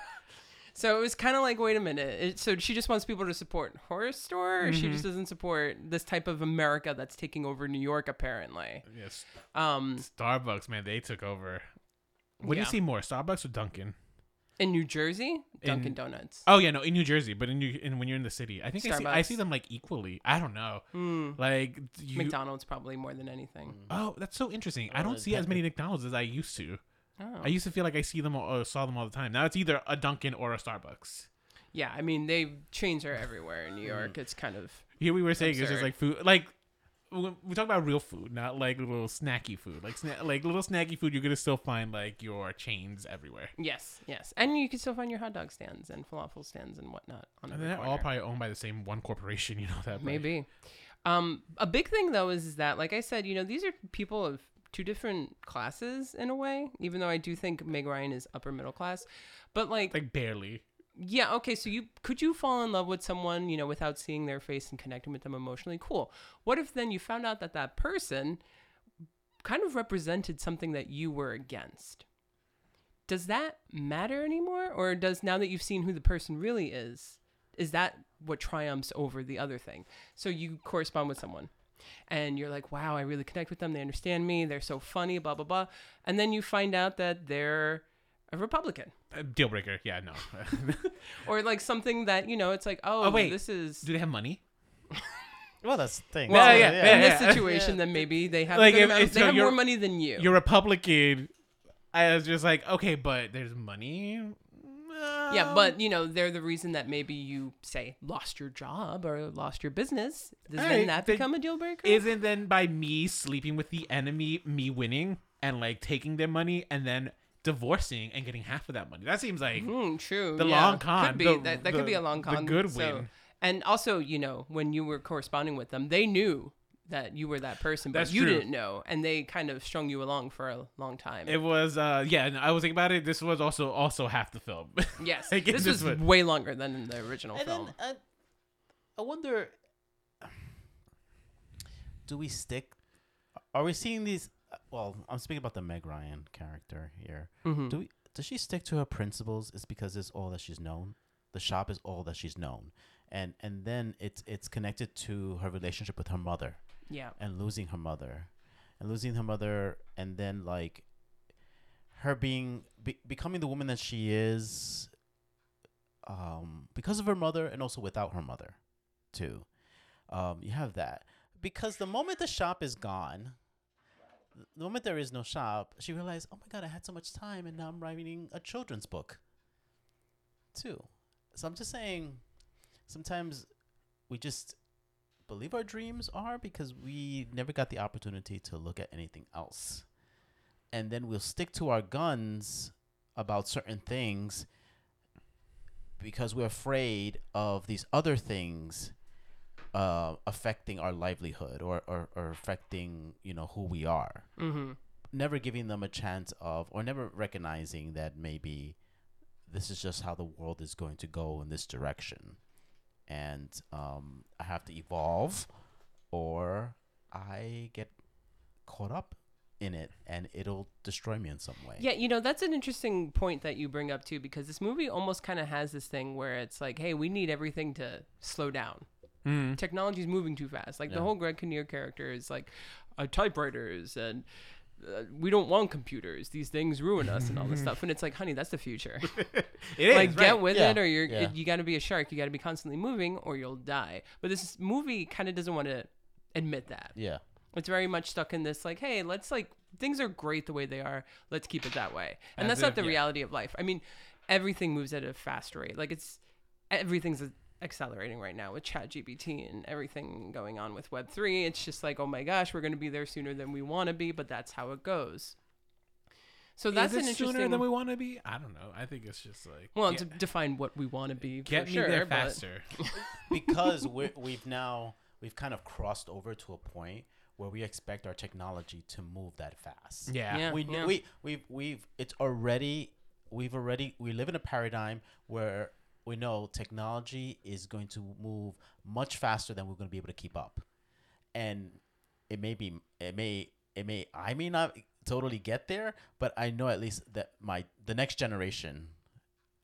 A: So it was kind of like, wait a minute. It, so she just wants people to support horror store, or she
B: Mm-hmm.
A: just doesn't support this type of America that's taking over New York, apparently.
B: Yes.
A: Um,
B: Starbucks, man, they took over. What do
A: Yeah.
B: you see more, Starbucks or Dunkin'?
A: in New Jersey, Dunkin'
B: In-
A: Donuts.
B: Oh yeah, no, in New Jersey, but in New, in when you're in the city, I think I see, I
A: Starbucks.
B: see them like equally. I don't know,
A: Mm,
B: like you.
A: McDonald's probably more than anything.
B: Oh, that's so interesting. I
C: Oh,
B: don't
C: it's
B: see as many
C: hectic.
B: McDonald's as I used to.
A: Oh.
B: I used to feel like I see them all- or saw them all the time. Now it's either a Dunkin' or a Starbucks.
A: yeah, I mean they chains are everywhere in New
B: Mm.
A: York. It's kind of
B: Here we were saying it's
A: Absurd.
B: just like food, like when we talk about real food, not like little snacky food. Like sna- like little snacky food, you're gonna still find like your chains everywhere.
A: yes, yes, and you can still find your hot dog stands and falafel stands and whatnot on
B: And
A: every
B: they're all
A: corner.
B: probably owned by the same one corporation. You know that right?
A: Maybe. Um, a big thing though is, is that, like I said, you know, these are people of two different classes in a way. Even though I do think Meg Ryan is upper middle class, but like,
B: like barely.
A: yeah, okay. So you could you fall in love with someone, you know, without seeing their face and connecting with them emotionally? Cool. What if then you found out that that person kind of represented something that you were against? Does that matter anymore, or does now that you've seen who the person really is, is that what triumphs over the other thing? So you correspond with someone and you're like, wow, I really connect with them. They understand me. They're so funny, blah, blah, blah. And then you find out that they're a Republican
B: Uh, deal breaker. Yeah, no.
A: or like something that, you know, it's like, oh,
B: Oh, wait.
A: this is.
B: Do they have money?
C: Well, that's the thing.
A: Well,
B: Yeah, yeah,
A: in
B: yeah,
A: this
B: yeah.
A: situation, then maybe they have, a
B: Like,
A: good
B: if-
A: amount-
B: if-
A: they
B: so
A: have more
B: you're-
A: money than you.
B: You're Republican. I was just like, okay, but there's money. Mm,
C: Um,
A: yeah, but you know they're the reason that maybe you say lost your job or lost your business. Does
B: Hey,
A: then that
B: they-
A: become a deal breaker?
B: isn't then by me sleeping with the enemy me winning and like taking their money and then divorcing and getting half of that money that seems like
A: Hmm, true.
B: The
A: yeah.
B: long con,
A: Could be.
B: the-
A: that that could be
B: the-
A: a long
B: the
A: con.
B: good
A: so-
B: win.
A: And also, you know, when you were corresponding with them, they knew that you were that person, but
B: That's
A: you
B: true.
A: didn't know, and they kind of strung you along for a long time.
B: it was uh yeah and i was thinking about it this was also also half the film
A: yes,
B: I get
A: this,
B: this
A: was
B: one.
A: way longer than in the original
C: And
A: film.
C: then uh, I wonder, do we stick? Are we seeing these? uh, Well, I'm speaking about the Meg Ryan character here.
A: Mm-hmm.
C: Do we? Does she stick to her principles? Is because it's all that she's known. The shop is all that she's known, and and then it's it's connected to her relationship with her mother
A: yeah,
C: and losing her mother and losing her mother and then like her being be- becoming the woman that she is um because of her mother and also without her mother too um you have that because the moment the shop is gone the moment there is no shop she realized oh my god i had so much time and now i'm writing a children's book too so i'm just saying sometimes we just believe our dreams are because we never got the opportunity to look at anything else. And then we'll stick to our guns about certain things because we're afraid of these other things uh, affecting our livelihood or, or, or affecting, you know, who we are.
A: hmm
C: Never giving them a chance of or never recognizing that maybe this is just how the world is going to go in this direction and um, I have to evolve, or I get caught up in it and it'll destroy me in some way.
A: yeah. You know, that's an interesting point that you bring up too, because this movie almost kind of has this thing where it's like, hey, we need everything to slow down. Hmm.
B: Mm.
A: Technology's moving too fast. Like the
C: Yeah.
A: whole Greg Kinnear character is like, uh, typewriters and uh, we don't want computers. These things ruin us and all this stuff. And it's like, honey, that's the future.
B: It is,
A: like
B: right.
A: get with
C: Yeah,
A: it or you're
C: yeah.
A: you got to be a shark you got to be constantly moving or you'll die but this movie kind of doesn't want to admit that
C: Yeah.
A: it's very much stuck in this like hey let's like things are great the way they are let's keep it that way and
B: As
A: that's not
B: if-
A: the
B: yeah.
A: reality of life i mean everything moves at a fast rate like it's everything's accelerating right now with chat gbt and everything going on with web 3 it's just like oh my gosh we're going to be there sooner than we want to be but that's how it goes so
B: Is
A: that's
B: it
A: an interesting
B: sooner than we want to be i don't know i think it's just like
A: well
B: yeah,
A: to define what we want to be
B: get
A: for
B: me
A: sure,
B: there
A: but-
B: faster
C: because we're, we've now we've kind of crossed over to a point where we expect our technology to move that fast.
B: yeah,
A: Yeah.
C: we we we've we've it's already we've already we live in a paradigm where we know technology is going to move much faster than we're going to be able to keep up and it may be it may it may i may not totally get there but i know at least that my the next generation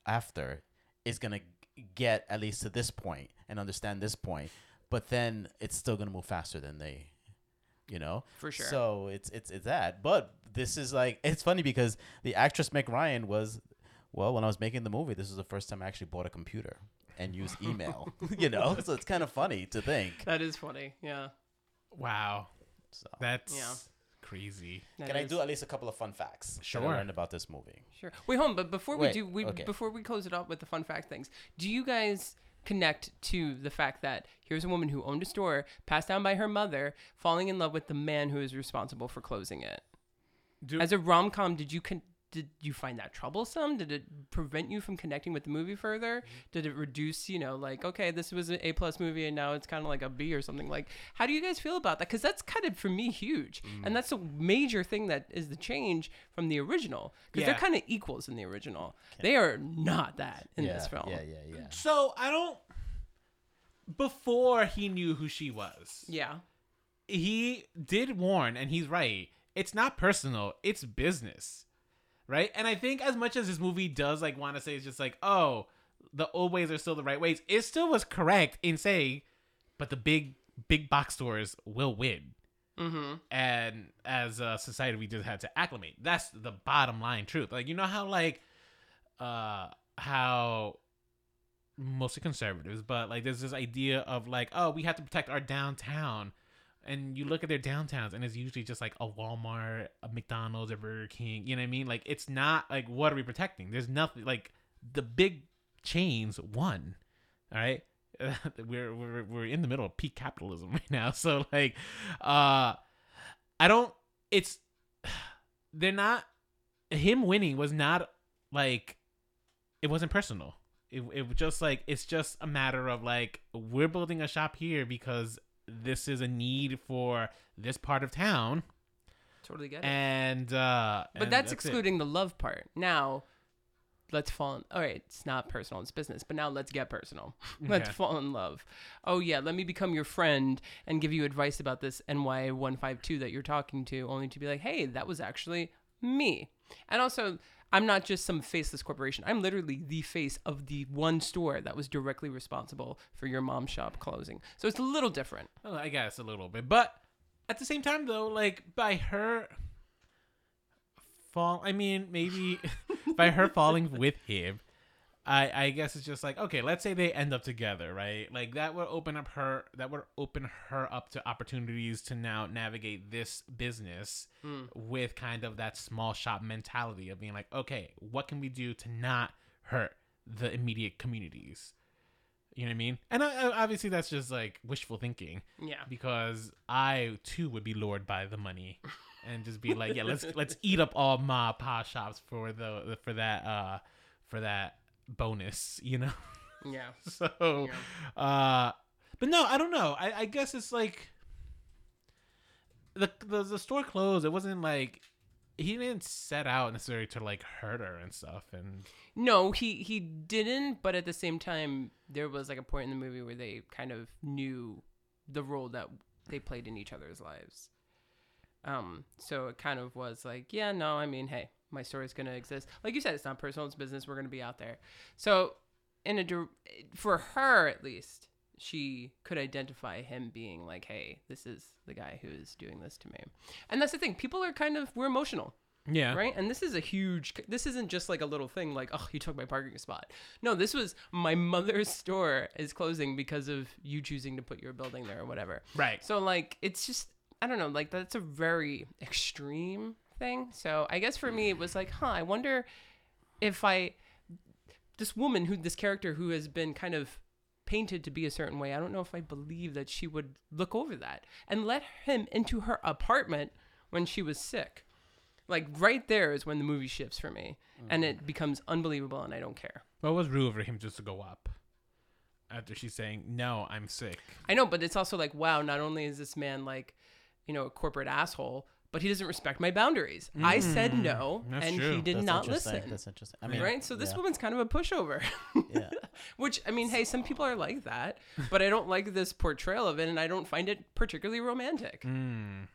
C: after is going to get at least to this point and understand this point but then it's still going to move faster than they you know
A: For sure.
C: so it's it's it's that but this is like it's funny because the actress meg ryan was well when i was making the movie this was the first time i actually bought a computer and used email you know so it's kind of funny to think
A: That is funny. Yeah.
B: wow
C: so
B: that's
A: Yeah.
B: crazy
A: that
C: can i
A: is.
C: do at least a couple of fun facts that I
B: Sure.
C: learned about this movie
A: Sure. Wait, hold on. But before we
C: Wait,
A: do, we
C: okay.
A: before we close it up with the fun fact things, do you guys connect to the fact that here's a woman who owned a store, passed down by her mother, falling in love with the man who is responsible for closing it?
B: Do-
A: As a rom com, did you con- did you find that troublesome? Did it prevent you from connecting with the movie further?
C: Mm-hmm.
A: Did it reduce, you know, like okay, this was an A plus movie and now it's kind of like a B or something? Like, how do you guys feel about that? Because that's kind of for me huge,
C: Mm.
A: and that's a major thing that is the change from the original. Because
B: Yeah.
A: they're kind of equals in the original. They are not that in this film.
C: yeah yeah yeah
B: so i don't before he knew who she was
A: Yeah.
B: he did warn and he's right it's not personal it's business right and i think as much as this movie does like want to say it's just like oh the old ways are still the right ways it still was correct in saying but the big big box stores will win
A: Mm-hmm.
B: and as a society we just had to acclimate that's the bottom line truth like you know how like uh how mostly conservatives but like there's this idea of like oh we have to protect our downtown and you look at their downtowns and it's usually just like a walmart a mcdonald's a burger king you know what i mean like it's not like what are we protecting there's nothing like the big chains won. All right, we're we're we're in the middle of peak capitalism right now. So like, uh, I don't. It's they're not. Him winning was not like it wasn't personal. It it was just like it's just a matter of like we're building a shop here because this is a need for this part of town
A: Totally get it.
B: and uh
A: but
B: and
A: that's,
B: it.
A: excluding the love part. Now, let's fall. In, all right, it's not personal; it's business. But now let's get personal. let's
B: Yeah.
A: fall in love. Oh yeah, let me become your friend and give you advice about this NY one five two that you're talking to, only to be like, hey, that was actually me. And also, I'm not just some faceless corporation. I'm literally the face of the one store that was directly responsible for your mom shop closing. So it's a little different.
B: Well, I guess a little bit, but at the same time, though, like by her fall, I mean maybe by her falling with him, I I guess it's just like okay, let's say they end up together, right? Like that would open up her that would open her up to opportunities to now navigate this business with kind of that small shop mentality of being like, okay, what can we do to not hurt the immediate communities? You know what I mean? And I, I- obviously, that's just like wishful thinking
A: Yeah.
B: because I too would be lured by the money and just be like, yeah, let's let's eat up all ma pa shops for the for that uh for that bonus, you know.
A: Yeah.
B: so, uh, but no, I don't know. I, I guess it's like the, the the store closed. It wasn't like he didn't set out necessarily to like hurt her and stuff. And
A: No, he he didn't. But at the same time, there was like a point in the movie where they kind of knew the role that they played in each other's lives. Um, so it kind of was like, yeah, no, I mean, hey, my story's gonna exist. Like you said, it's not personal; it's business. We're gonna be out there. So, in a dir- for her at least, she could identify him being like, hey, this is the guy who's doing this to me. And that's the thing; people are kind of we're emotional
B: yeah,
A: right and this is a huge this isn't just like a little thing like oh you took my parking spot no this was my mother's store is closing because of you choosing to put your building there or whatever
B: right.
A: so like it's just i don't know like that's a very extreme thing so i guess for me it was like huh i wonder if i this woman who this character who has been kind of painted to be a certain way i don't know if i believe that she would look over that and let him into her apartment when she was sick like right there is when the movie shifts for me and it becomes unbelievable and i don't care
B: What was Rue for him just to go up after she's saying, "No, I'm sick."
A: I know, but it's also like, wow, not only is this man like, you know, a corporate asshole, but he doesn't respect my boundaries. I said no,
B: Mm-hmm. That's
A: and
B: true.
A: he did
C: That's
A: not
C: interesting.
A: listen.
C: That's interesting. I mean,
A: right? So this
C: yeah.
A: woman's kind of a pushover.
C: Yeah.
A: Which, I mean, hey, some people are like that, but I don't like this portrayal of it, and I don't find it particularly romantic.
B: Mm.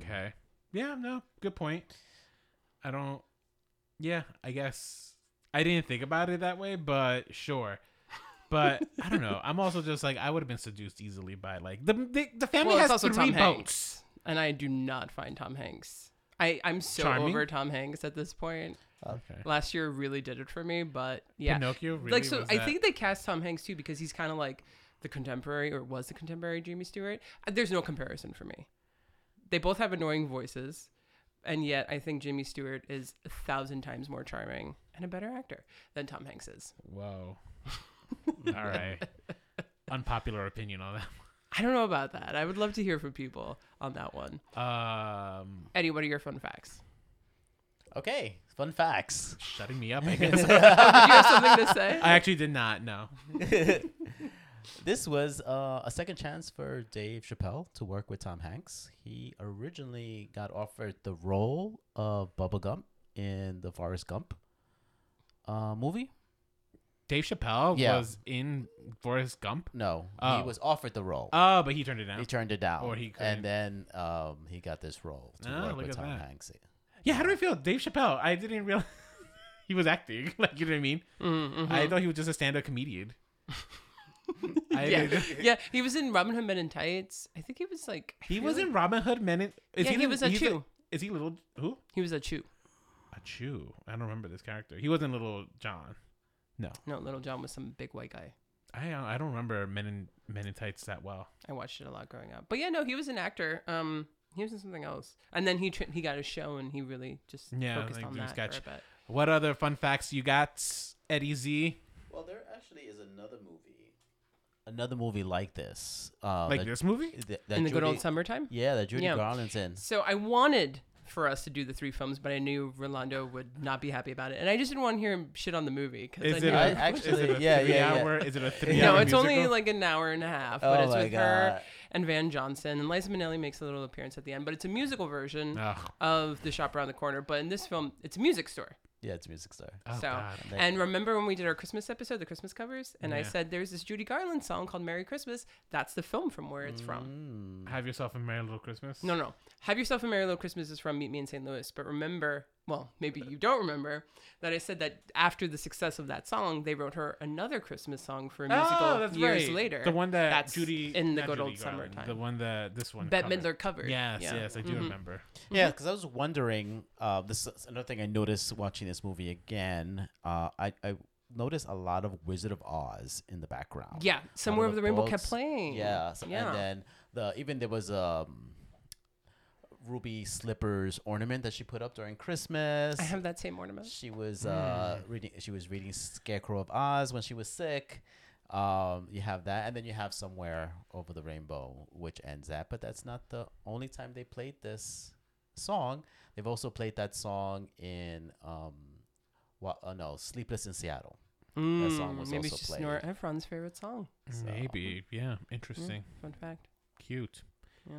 B: Okay. Yeah, no, good point. I don't. Yeah, I guess I didn't think about it that way, but sure. But I don't know. I'm also just like I would have been seduced easily by like the the, the family
A: Well, it's
B: has
A: also Tom
B: three boats.
A: Hanks, and I do not find Tom Hanks. I, I'm so
B: Charming?
A: over Tom Hanks at this point.
B: Okay.
A: Last year really did it for me, but yeah.
B: Pinocchio really
A: like so
B: was
A: i
B: that-
A: think they cast tom hanks too because he's kind of like the contemporary or was the contemporary jimmy stewart Uh, there's no comparison for me they both have annoying voices and yet i think jimmy stewart is a thousand times more charming and a better actor than tom hanks is
B: Whoa. All right. Unpopular opinion on
A: i don't know about that i would love to hear from people on that one
B: that. Um,
A: eddie what are your fun facts
C: Okay. Fun facts.
B: shutting me up. I guess
A: Oh, did you have something to say
B: I actually did not know.
C: this was uh, a second chance for Dave Chappelle to work with Tom Hanks. He originally got offered the role of Bubba Gump in the Forrest Gump uh, movie.
B: Dave Chappelle
C: Yeah.
B: was in Forrest Gump.
C: No, he
B: Oh.
C: was offered the role.
B: Oh, but he turned it down.
C: he turned it down,
B: Or he couldn't.
C: and then um, he got this role to
B: Ah,
C: work
B: look
C: with
B: at
C: Tom
B: that.
C: Hanks.
B: Yeah, how do I feel? Dave Chappelle. I didn't realize he was acting. Like you know what I mean?
A: Mm, mhm.
B: I thought he was just a stand-up comedian. I
A: yeah.
B: didn't-
A: yeah he was in robin hood men in tights i think he was like I
B: He
A: feel
B: was
A: like-
B: in Robin Hood Men. In, is
A: yeah
B: he,
A: he,
B: the-
A: was a
B: he's
A: chew
B: is he little? Who?
A: he was a chew
B: A Chew. I don't remember this character. He wasn't Little John.
A: no little john was some big white guy
B: I uh, I don't remember Men in Men in Tights that well.
A: I watched it a lot growing up. But yeah, no, he was an actor. Um, he was in something else, and then he tra- he got a show, and he really just
B: Yeah,
A: focused
B: like
A: on
B: doing
A: that
B: sketch.
A: for a bit.
B: What other fun facts you got? Eddie Z.
C: Well, there actually is another movie, another movie like this. Uh,
B: Like
C: that-
B: this movie?
C: that- that
A: in the good
C: Judy-
A: old summertime.
C: Yeah, that Judy
A: Yeah.
C: Garland's in.
A: So I wanted for us to do the three films, but I knew Rolando would not be happy about it, and I just didn't want to hear him shit on the movie because
B: Is
A: I
B: it
A: knew
B: a,
C: I
A: it-
B: is it
C: actually-
B: a
C: yeah,
B: three
C: yeah, yeah.
B: hour? Is it a three hour?
A: no, it's only
B: musical?
A: like an hour and a half,
C: Oh
A: but it's
C: my
A: with her
C: God.
A: and Van Johnson, and Liza Minnelli makes a little appearance at the end. But it's a musical version
B: Ugh.
A: of the shop around the corner. But in this film, it's a music store.
C: Yeah, it's a music star.
B: Oh,
A: so,
B: God.
C: That-
A: and remember when we did our Christmas episode, the Christmas covers, and I
B: Yeah.
A: said there's this Judy Garland song called "Merry Christmas." That's the film from where it's from.
B: Mm.
C: Hmm.
B: Have yourself a merry little Christmas.
A: No, no. Have yourself a merry little Christmas is from Meet Me in St. Louis. But remember, well, maybe you don't remember that I said that after the success of that song, they wrote her another Christmas song for a musical
B: Oh, that's
A: years
B: right.
A: later.
B: The one that
A: that's
B: Judy
A: in the
B: not
A: good
B: Judy
A: old
B: Garland,
A: summertime.
B: The one that this one.
A: Bette
B: covered.
A: Midler covered.
B: Yes,
A: Yeah. Mm-hmm.
B: yes, I do remember.
C: Yeah, because I was wondering. Uh, this is another thing I noticed watching this movie again. Uh, I, I noticed a lot of Wizard of Oz in the background.
A: Yeah, Somewhere
C: of
A: Over the Rainbow
C: books.
A: kept playing.
C: Yeah, so,
A: Yeah.
C: and then the even there was um, ruby slippers ornament that she put up during Christmas.
A: I have that same ornament.
C: She was uh, reading. She was reading Scarecrow of Oz when she was sick. Um, you have that, and then you have somewhere over the rainbow, which ends at. But that's not the only time they played this song. They've also played that song in um, what? Uh, no, Sleepless in Seattle. That song
A: Mm,
C: was
A: Maybe
C: also
A: it's just
C: played.
A: Nora Ephron's favorite song.
C: So-
B: Maybe. Yeah. Interesting.
A: Fun fact.
B: Cute.
A: Mm.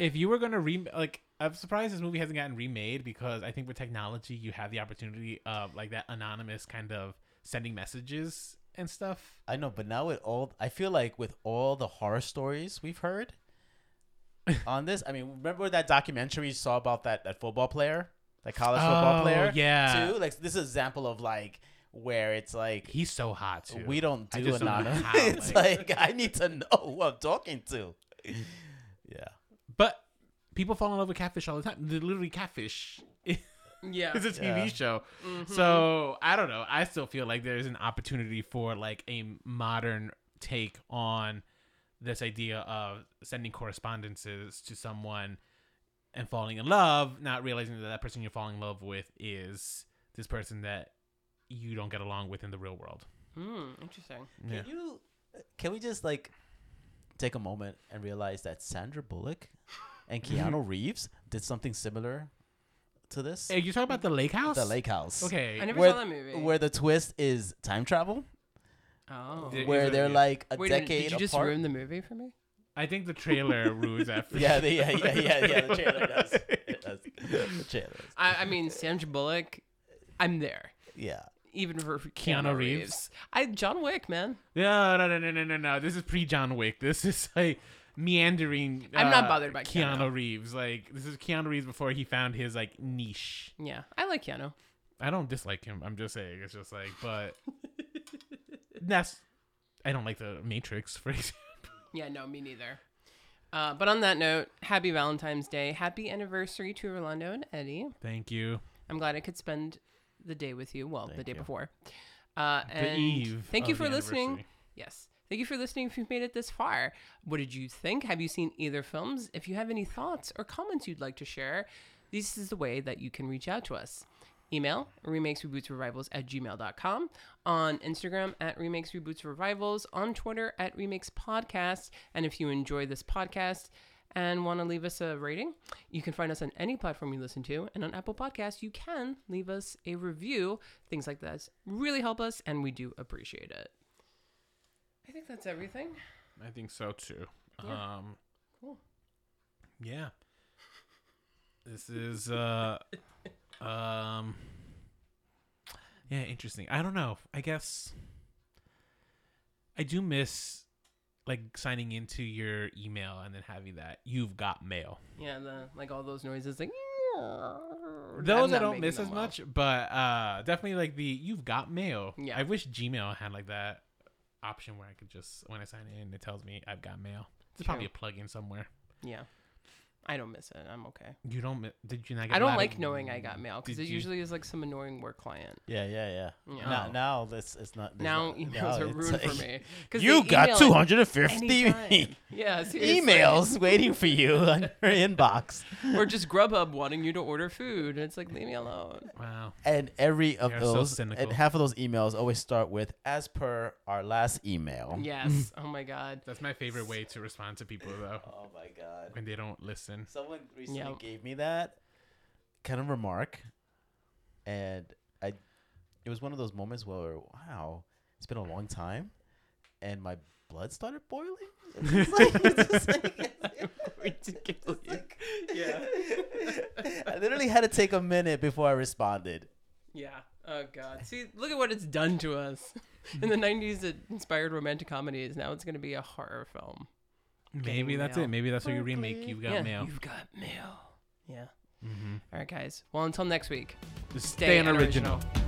A: Yeah.
B: If you were gonna re like, I'm surprised this movie hasn't gotten remade because I think with technology you have the opportunity of like that anonymous kind of sending messages and stuff.
C: I know, but now with all, I feel like with all the horror stories we've heard on this, I mean, remember that documentary you saw about that that football player, that college football
B: Oh,
C: player,
B: yeah.
C: too. Like this is an example of like where it's like
B: He's so hot too.
C: we don't
B: I
C: do
B: just don't know
C: anonymous.
B: how,
C: it's
B: like-
C: like I need to know who I'm talking to. Yeah,
B: but people fall in love with catfish all the time. They're literally catfish.
A: Uh, Yeah.
B: It's a TV
C: Yeah.
B: show.
A: Mm-hmm.
B: So I don't know. I still feel like there's an opportunity for like a modern take on this idea of sending correspondences to someone and falling in love, not realizing that that person you're falling in love with is this person that you don't get along with in the real world.
A: Mm, interesting.
B: Yeah.
C: can you? Can we just like take a moment and realize that Sandra Bullock and Keanu Reeves did something similar to this?
B: Hey, you talking about the lake house?
C: The Lake House.
B: Okay.
A: I never
C: where,
A: saw that movie.
C: Where the twist is time travel,
A: oh.
B: Did- It
C: where
B: is a-
C: they're
B: yeah.
C: like a
A: Wait a minute,
C: decade
A: did you just
C: apart.
A: ruin the movie for me?
B: I think the trailer ruins that. for
C: yeah,
B: sure.
C: the, yeah, yeah, yeah, yeah. The trailer does. It does. The trailer. does.
A: I, I mean, Sandra Bullock, I'm there.
C: Yeah.
A: Even for
B: Keanu
A: Keanu,
B: Reeves.
A: Reeves. I John Wick, man.
B: No, no, no, no, no, no, no. This is pre John Wick. This is like meandering.
A: I'm not
B: uh,
A: bothered by
B: Keanu,
A: Keanu.
B: Reeves. Like this is Keanu Reeves before he found his like niche.
A: Yeah, I like Keanu.
B: I don't dislike him. I'm just saying. It's just like, but that's. I don't like the Matrix, for example.
A: Yeah, no, me neither. Uh, but on that note, happy Valentine's Day. Happy anniversary to Rolando and Eddie.
B: Thank you.
A: I'm glad I could spend the day with you. Well, the
C: Thank
A: day
C: you.
A: before. Uh, and
B: the Eve.
A: Thank you
B: of
A: for
B: the
A: listening.
B: anniversary.
A: Yes. Thank you for listening if you've made it this far. What did you think? Have you seen either films? If you have any thoughts or comments you'd like to share, this is the way that you can reach out to us. Email remakes, reboots, revivals at gmail.com, on Instagram at remakes, reboots, revivals, on Twitter at remakes podcast. And if you enjoy this podcast and want to leave us a rating, you can find us on any platform you listen to. And on Apple Podcasts, you can leave us a review. Things like that really help us, and we do appreciate it. I think that's everything.
B: I think so too.
A: Yeah.
B: Um,
A: Cool.
B: Yeah. This is uh um Yeah, interesting. I don't know. I guess I do miss like signing into your email and then having that you've got mail.
A: Yeah, the like all those noises like
B: Those
A: I'm
B: I
A: not
B: don't
A: making
B: miss
A: them
B: as
A: well.
B: much, but uh definitely like the you've got mail.
A: Yeah.
B: I wish Gmail had like that option where I could just when I sign in it tells me I've got mail. It's probably a plug in somewhere.
A: Yeah. I don't miss it. I'm okay.
B: You don't. mi- Did you not? Get
A: I don't
B: mad
A: like
B: at-
A: knowing I got mail because
B: Did
A: it
B: you-
A: usually is like some annoying work client.
C: Yeah, yeah, yeah.
A: Yeah.
C: Now,
B: Oh.
C: now it's it's not. there's
A: Now
C: not-
A: emails
C: now
A: are
C: it's
A: ruined for
C: like,
A: me. 'cause
C: You
A: they
C: got
A: email
C: two
A: at
C: hundred and fifty
A: anytime. Yeah, seriously.
C: emails waiting for you on your inbox,
A: or just Grubhub wanting you to order food. It's like leave me alone.
B: Wow.
C: and every of
B: You're so
C: those, and
B: cynical.
C: half of those emails always start with "as per our last email."
A: Yes. Oh my god.
B: That's my favorite way to respond to people though,
C: Oh my god.
B: when they don't listen.
C: Someone recently
A: Yeah.
C: gave me that kind of remark, and I, it was one of those moments where wow, it's been a long time, and my blood started boiling. It's just like- it's just like-
A: Ridiculous.
C: yeah, I literally had to take a minute before I responded.
A: Yeah. Oh god. See, look at what it's done to us. In the '90s, it inspired romantic comedies. Now it's going to be a horror film.
B: Maybe
A: Getting
B: that's
A: mail.
B: it. Maybe that's what you remake. You've got
A: yeah,
B: mail.
A: You've got mail. Yeah. All right, guys. Well, until next week.
B: Just
A: Stay,
B: stay an original.
A: original.